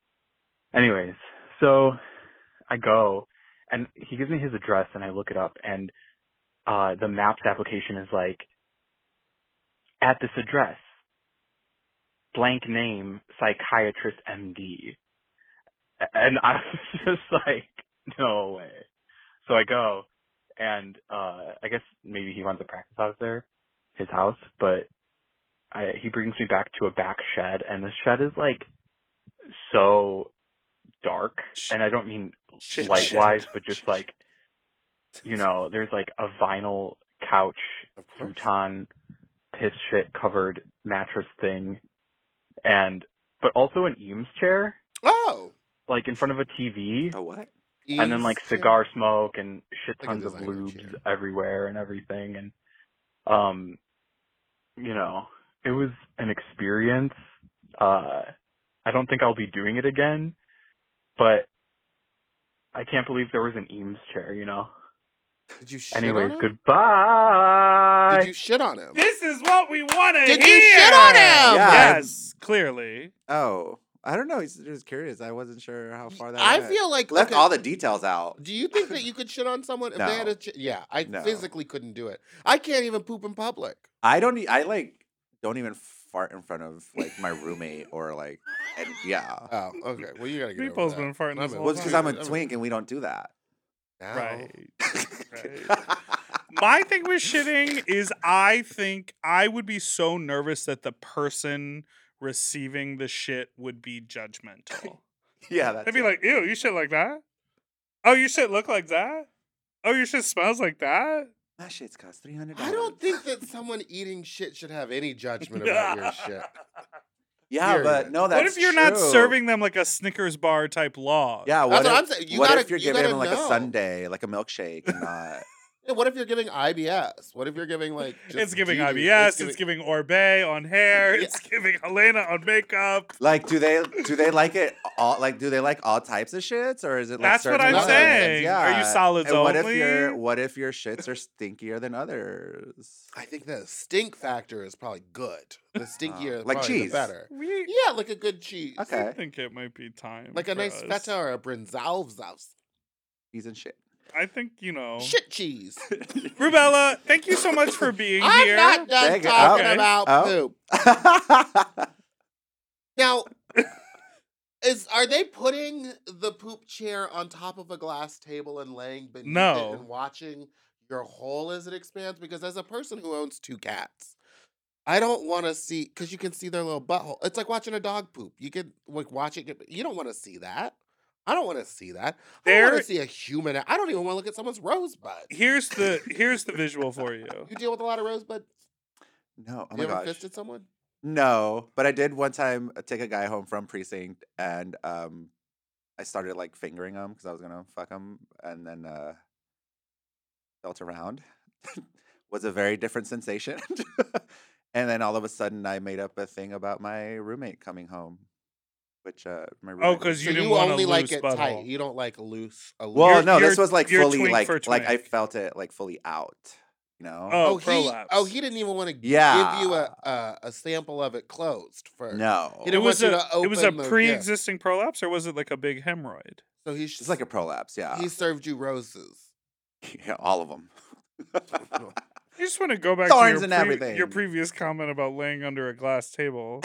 [SPEAKER 5] anyways so i go and he gives me his address and i look it up and uh the maps application is like at this address blank name psychiatrist md and [LAUGHS] I was just like, no way. So I go, and uh I guess maybe he runs a practice out of there, his house. But I, he brings me back to a back shed, and the shed is like so dark, and I don't mean
[SPEAKER 2] Shit,
[SPEAKER 5] light
[SPEAKER 2] shit,
[SPEAKER 5] wise, but just
[SPEAKER 2] shit,
[SPEAKER 5] like you know, there's like a vinyl couch,
[SPEAKER 1] Of course.
[SPEAKER 5] futon, piss shit covered mattress thing, and but also an Eames chair,
[SPEAKER 1] Oh.
[SPEAKER 5] like in front of a TV
[SPEAKER 3] A what?
[SPEAKER 5] and then like cigar smoke and shit
[SPEAKER 1] Like a
[SPEAKER 5] tons of
[SPEAKER 1] designer
[SPEAKER 5] lubes
[SPEAKER 1] chair.
[SPEAKER 5] everywhere and everything and um you know it was an experience uh i don't think i'll be doing it again but i can't believe there was an eames chair you know
[SPEAKER 1] Did you shit
[SPEAKER 5] anyways
[SPEAKER 1] on him?
[SPEAKER 5] goodbye
[SPEAKER 1] Did you shit on him?
[SPEAKER 2] This is what we want to hear.
[SPEAKER 1] Did you shit on him?
[SPEAKER 3] Yeah.
[SPEAKER 2] Yes, clearly.
[SPEAKER 3] Oh, I don't know. He's just curious. I wasn't sure how far that.
[SPEAKER 1] I
[SPEAKER 3] went.
[SPEAKER 1] feel like
[SPEAKER 3] left
[SPEAKER 1] okay,
[SPEAKER 3] all the details out.
[SPEAKER 1] [LAUGHS] Do you think that you could shit on someone if they had
[SPEAKER 3] No.
[SPEAKER 1] a? Ch- yeah, I
[SPEAKER 3] No.
[SPEAKER 1] physically couldn't do it. I can't even poop in public.
[SPEAKER 3] I don't. e- I like don't even fart in front of like my roommate or like. And
[SPEAKER 2] [LAUGHS]
[SPEAKER 3] yeah,
[SPEAKER 1] Oh, okay. Well, you gotta get.
[SPEAKER 2] Meatball's
[SPEAKER 1] over that.
[SPEAKER 2] been farting this
[SPEAKER 1] I'm a-
[SPEAKER 2] whole
[SPEAKER 3] well, it's because I'm a
[SPEAKER 1] I'm a-
[SPEAKER 3] twink and we don't do that.
[SPEAKER 1] Now.
[SPEAKER 2] Right. Right.
[SPEAKER 3] I
[SPEAKER 2] My thing with shitting is I think I would be so nervous that the person receiving the shit would be judgmental.
[SPEAKER 3] [LAUGHS] yeah, that's
[SPEAKER 2] They'd be
[SPEAKER 3] it.
[SPEAKER 2] like, ew, you shit like that? Oh, your shit look like that? Oh, your shit smells like that?
[SPEAKER 3] that shit's cost three hundred.
[SPEAKER 1] I don't think that someone eating shit should have any judgment about
[SPEAKER 2] [LAUGHS]
[SPEAKER 1] your shit.
[SPEAKER 3] [LAUGHS] Yeah,
[SPEAKER 1] period.
[SPEAKER 3] but no, that's
[SPEAKER 2] what if you're not
[SPEAKER 3] true.
[SPEAKER 2] serving them like a Snickers bar type log?
[SPEAKER 3] Yeah,
[SPEAKER 1] That's
[SPEAKER 3] what
[SPEAKER 1] what
[SPEAKER 3] if,
[SPEAKER 1] I'm saying. You
[SPEAKER 3] what
[SPEAKER 1] gotta-
[SPEAKER 3] if you're
[SPEAKER 1] you
[SPEAKER 3] giving
[SPEAKER 1] gotta
[SPEAKER 3] him like
[SPEAKER 1] know.
[SPEAKER 3] a Sunday, like a milkshake, and not
[SPEAKER 1] Yeah, What if you're giving IBS? What if you're giving like? Just
[SPEAKER 2] it's giving
[SPEAKER 1] GD?
[SPEAKER 2] IBS. It's giving, Orbe on hair.
[SPEAKER 1] Yeah.
[SPEAKER 2] It's giving Helena on makeup.
[SPEAKER 3] Like, do they do they like it all? Like, do they like all types of shits, or is it like
[SPEAKER 2] That's what
[SPEAKER 3] certain
[SPEAKER 2] I'm
[SPEAKER 3] ones?
[SPEAKER 2] saying. Are you solids
[SPEAKER 3] and what
[SPEAKER 2] only?
[SPEAKER 3] If your, what if your shits are stinkier
[SPEAKER 2] [LAUGHS]
[SPEAKER 3] than others?
[SPEAKER 1] I think the stink factor is probably good. The stinkier,
[SPEAKER 3] like
[SPEAKER 1] probably the
[SPEAKER 3] cheese.
[SPEAKER 1] better.
[SPEAKER 2] We
[SPEAKER 1] Yeah, like a good cheese.
[SPEAKER 3] Okay,
[SPEAKER 2] I think it might be time.
[SPEAKER 1] Like a
[SPEAKER 2] for
[SPEAKER 1] nice
[SPEAKER 2] us.
[SPEAKER 1] feta or a brinzal's
[SPEAKER 3] cheese and shit. [LAUGHS]
[SPEAKER 2] I think you know.
[SPEAKER 1] Shit
[SPEAKER 2] [LAUGHS]
[SPEAKER 1] cheese.
[SPEAKER 2] Rubella, thank you so much for being
[SPEAKER 1] I'm
[SPEAKER 2] here.
[SPEAKER 1] not done
[SPEAKER 3] Dang it.
[SPEAKER 1] talking
[SPEAKER 2] Okay.
[SPEAKER 1] about
[SPEAKER 3] Oh.
[SPEAKER 1] poop. Now, is are they putting the poop chair on top of a glass table and laying beneath
[SPEAKER 2] No.
[SPEAKER 1] it and watching your hole as it expands? Because as a person who owns two cats, I don't want to see because you can see their little butthole. It's like watching a dog poop. You can like watch it. Get, you don't want to see that. I don't want to see that. I don't
[SPEAKER 2] There-
[SPEAKER 1] want to see a human. I don't even want to look at someone's rosebud.
[SPEAKER 2] Here's the here's the visual for you.
[SPEAKER 1] [LAUGHS] You deal with a lot of rosebud.
[SPEAKER 3] no, oh
[SPEAKER 1] you
[SPEAKER 3] my
[SPEAKER 1] ever
[SPEAKER 3] gosh.
[SPEAKER 1] fisted someone?
[SPEAKER 3] No, but I did one time uh, take a guy home from precinct, and um, I started like fingering him because I was gonna fuck him, and then uh, felt around. [LAUGHS] was a very different sensation, [LAUGHS] and then all of a sudden I made up a thing about my roommate coming home, which uh, my roommate. was-
[SPEAKER 2] Oh, 'cause You
[SPEAKER 1] so
[SPEAKER 2] didn't
[SPEAKER 1] you
[SPEAKER 2] want a
[SPEAKER 1] only like
[SPEAKER 2] loose
[SPEAKER 1] it tight.
[SPEAKER 2] butthole.
[SPEAKER 1] You don't like loose. A loose
[SPEAKER 3] Well,
[SPEAKER 2] You're-
[SPEAKER 3] no, this
[SPEAKER 2] you're-
[SPEAKER 3] was like
[SPEAKER 2] you're
[SPEAKER 3] fully
[SPEAKER 2] twink
[SPEAKER 3] like
[SPEAKER 2] for
[SPEAKER 3] like I
[SPEAKER 2] twink.
[SPEAKER 3] felt it like fully out, you know.
[SPEAKER 2] Oh,
[SPEAKER 1] he,
[SPEAKER 2] prolapse.
[SPEAKER 1] oh, he didn't even want to give you a, a a sample of it closed first.
[SPEAKER 3] no,
[SPEAKER 1] He
[SPEAKER 2] It
[SPEAKER 1] didn't
[SPEAKER 2] was
[SPEAKER 1] want
[SPEAKER 2] a
[SPEAKER 1] you to open
[SPEAKER 2] it was a
[SPEAKER 1] the gift.
[SPEAKER 2] pre-existing prolapse, or was it like a big hemorrhoid?
[SPEAKER 1] So he sh-
[SPEAKER 3] it's like a prolapse. Yeah,
[SPEAKER 1] he served you
[SPEAKER 2] [LAUGHS]
[SPEAKER 1] roses.
[SPEAKER 3] [LAUGHS] yeah all of [LAUGHS] them.
[SPEAKER 2] I just want to go back
[SPEAKER 3] Thorns
[SPEAKER 2] to
[SPEAKER 3] and
[SPEAKER 2] your, pre-
[SPEAKER 3] everything.
[SPEAKER 2] your previous comment about laying under a glass [LAUGHS] table.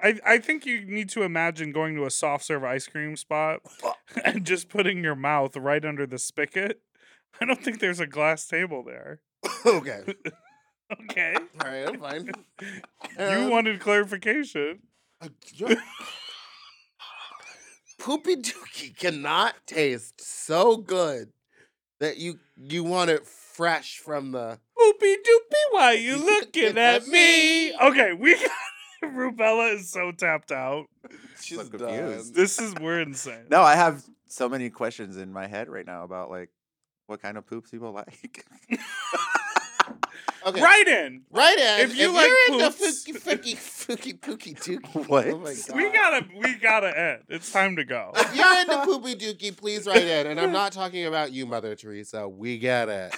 [SPEAKER 2] I, I think you need to imagine going to a soft serve ice cream spot [LAUGHS] and just putting your mouth right under the spigot. I don't think there's a glass table there.
[SPEAKER 1] okay,
[SPEAKER 2] Okay.
[SPEAKER 1] all right, I'm fine.
[SPEAKER 2] [LAUGHS] you
[SPEAKER 1] Um,
[SPEAKER 2] wanted clarification.
[SPEAKER 1] Uh, you're- [LAUGHS] Poopy dookie cannot taste so good that you you want it fresh from the.
[SPEAKER 2] Oopie doopie, why [LAUGHS] you
[SPEAKER 1] You
[SPEAKER 2] looking at me? Okay, we got [LAUGHS] Rubella is so tapped out.
[SPEAKER 1] She's
[SPEAKER 3] confused.
[SPEAKER 1] done.
[SPEAKER 2] This is we're [LAUGHS] insane.
[SPEAKER 3] No, I have so many questions in my head right now about like what kind of poops people [LAUGHS] like.
[SPEAKER 1] Okay,
[SPEAKER 2] Right in.
[SPEAKER 1] Right in.
[SPEAKER 2] If you like
[SPEAKER 1] you're into
[SPEAKER 2] poops-
[SPEAKER 1] fooky, fooky, fooky,
[SPEAKER 2] [LAUGHS]
[SPEAKER 1] pooky, dookie.
[SPEAKER 3] What?
[SPEAKER 1] Oh my God.
[SPEAKER 3] We
[SPEAKER 2] We gotta we gotta end. It's time to [LAUGHS] go.
[SPEAKER 1] If you're into poopy dookie, please write in. And I'm not talking about you, Mother Teresa. We get it.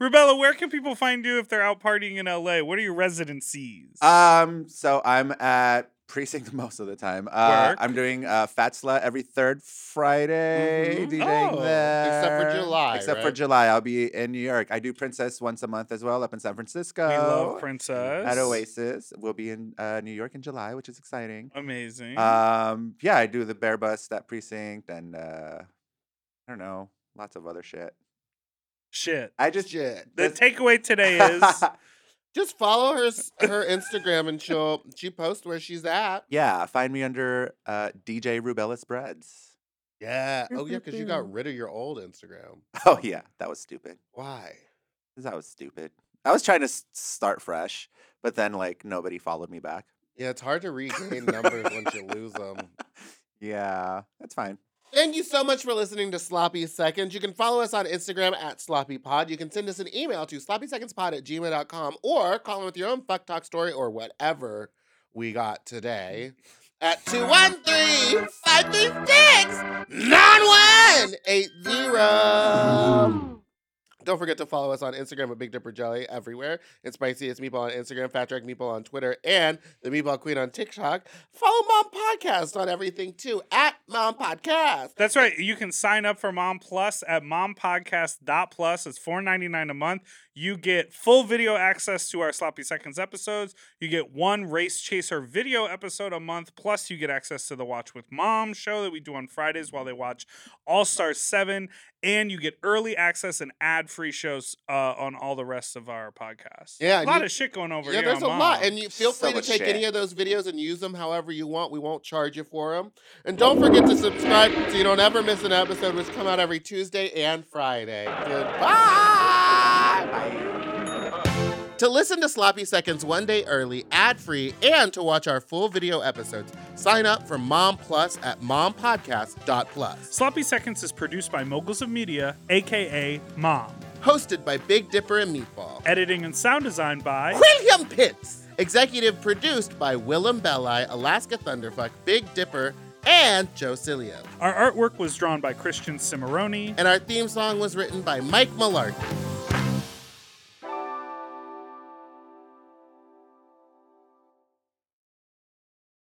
[SPEAKER 2] Rubella, where can people find you if they're out partying in LA? What are your residencies?
[SPEAKER 3] um, so I'm at precinct [LAUGHS] most of the time. Uh,
[SPEAKER 2] Work.
[SPEAKER 3] I'm doing uh, Fat Slut every third Friday,
[SPEAKER 1] Mhm.
[SPEAKER 3] DJing
[SPEAKER 2] Oh.
[SPEAKER 3] there.
[SPEAKER 1] Except for July,
[SPEAKER 3] Except for
[SPEAKER 1] right?
[SPEAKER 3] July, I'll be in New York. I do Princess once a month as well, up in San Francisco.
[SPEAKER 2] we love Princess.
[SPEAKER 3] at Oasis. We'll be in uh, New York in July, which is exciting.
[SPEAKER 2] Amazing.
[SPEAKER 3] Um, yeah, I do the Bear Bust at Precinct, and uh, I don't know, lots of other shit.
[SPEAKER 2] Shit.
[SPEAKER 3] I just
[SPEAKER 1] Shit.
[SPEAKER 2] The
[SPEAKER 3] That's-
[SPEAKER 2] takeaway today
[SPEAKER 3] [LAUGHS]
[SPEAKER 2] is
[SPEAKER 1] Just follow her s- her Instagram and she'll she posts where she's at.
[SPEAKER 3] yeah, find me under uh, DJ Rubella Spreads.
[SPEAKER 1] Yeah. Oh yeah, because you got rid of your old Instagram.
[SPEAKER 3] [LAUGHS] Oh yeah, that was stupid.
[SPEAKER 1] Why?
[SPEAKER 3] That was stupid. I was trying to s- start fresh, but then like nobody followed me back.
[SPEAKER 1] Yeah, it's hard to regain numbers once you lose them.
[SPEAKER 3] Yeah, that's fine.
[SPEAKER 1] Thank you so much for listening to Sloppy Seconds. You can follow us on Instagram at SloppyPod. You can send us an email to sloppysecondspod at gmail.com or call in with your own fuck talk story or whatever we got today at 213 536 9180. Don't forget to follow us on Instagram at Big Dipper Jelly everywhere. And Spiciest Meatball on Instagram, Fat Track Meatball on Twitter, and the Meatball Queen on TikTok. Follow Mom Podcast on everything too, at Mom Podcast.
[SPEAKER 2] That's right. You can sign up for Mom Plus at mompodcast.plus. It's $4.99 a month. You get full video access to our Sloppy Seconds episodes. You get one Race Chaser video episode a month. Plus, you get access to the Watch with Mom show that we do on Fridays while they watch All Star 7. And you get early access and ad free shows uh, on all the rest of our podcasts.
[SPEAKER 1] Yeah,
[SPEAKER 2] A
[SPEAKER 1] and
[SPEAKER 2] lot
[SPEAKER 1] you-
[SPEAKER 2] of shit going over
[SPEAKER 1] yeah,
[SPEAKER 2] here.
[SPEAKER 1] there's a
[SPEAKER 2] on
[SPEAKER 1] lot,
[SPEAKER 2] Mom.
[SPEAKER 1] and you feel
[SPEAKER 3] So
[SPEAKER 1] free to
[SPEAKER 3] much
[SPEAKER 1] take
[SPEAKER 3] shit.
[SPEAKER 1] any of those videos and use them however you want. We won't charge you for them, and don't forget to subscribe so you don't ever miss an episode, which come out every Tuesday and Friday. Goodbye. To listen to Sloppy Seconds one day early, ad free, and to watch our full video episodes, sign up for Mom Plus at mompodcast.plus.
[SPEAKER 2] Sloppy Seconds is produced by Moguls of Media, aka Mom.
[SPEAKER 1] Hosted by Big Dipper and Meatball.
[SPEAKER 2] Editing and sound design by.
[SPEAKER 1] William Pitts. Executive produced by Willem Belli, Alaska Thunderfuck, Big Dipper, and Joe Cilio.
[SPEAKER 2] Our artwork was drawn by Christian Cimarroni.
[SPEAKER 1] And our theme song was written by Mike Malarkey.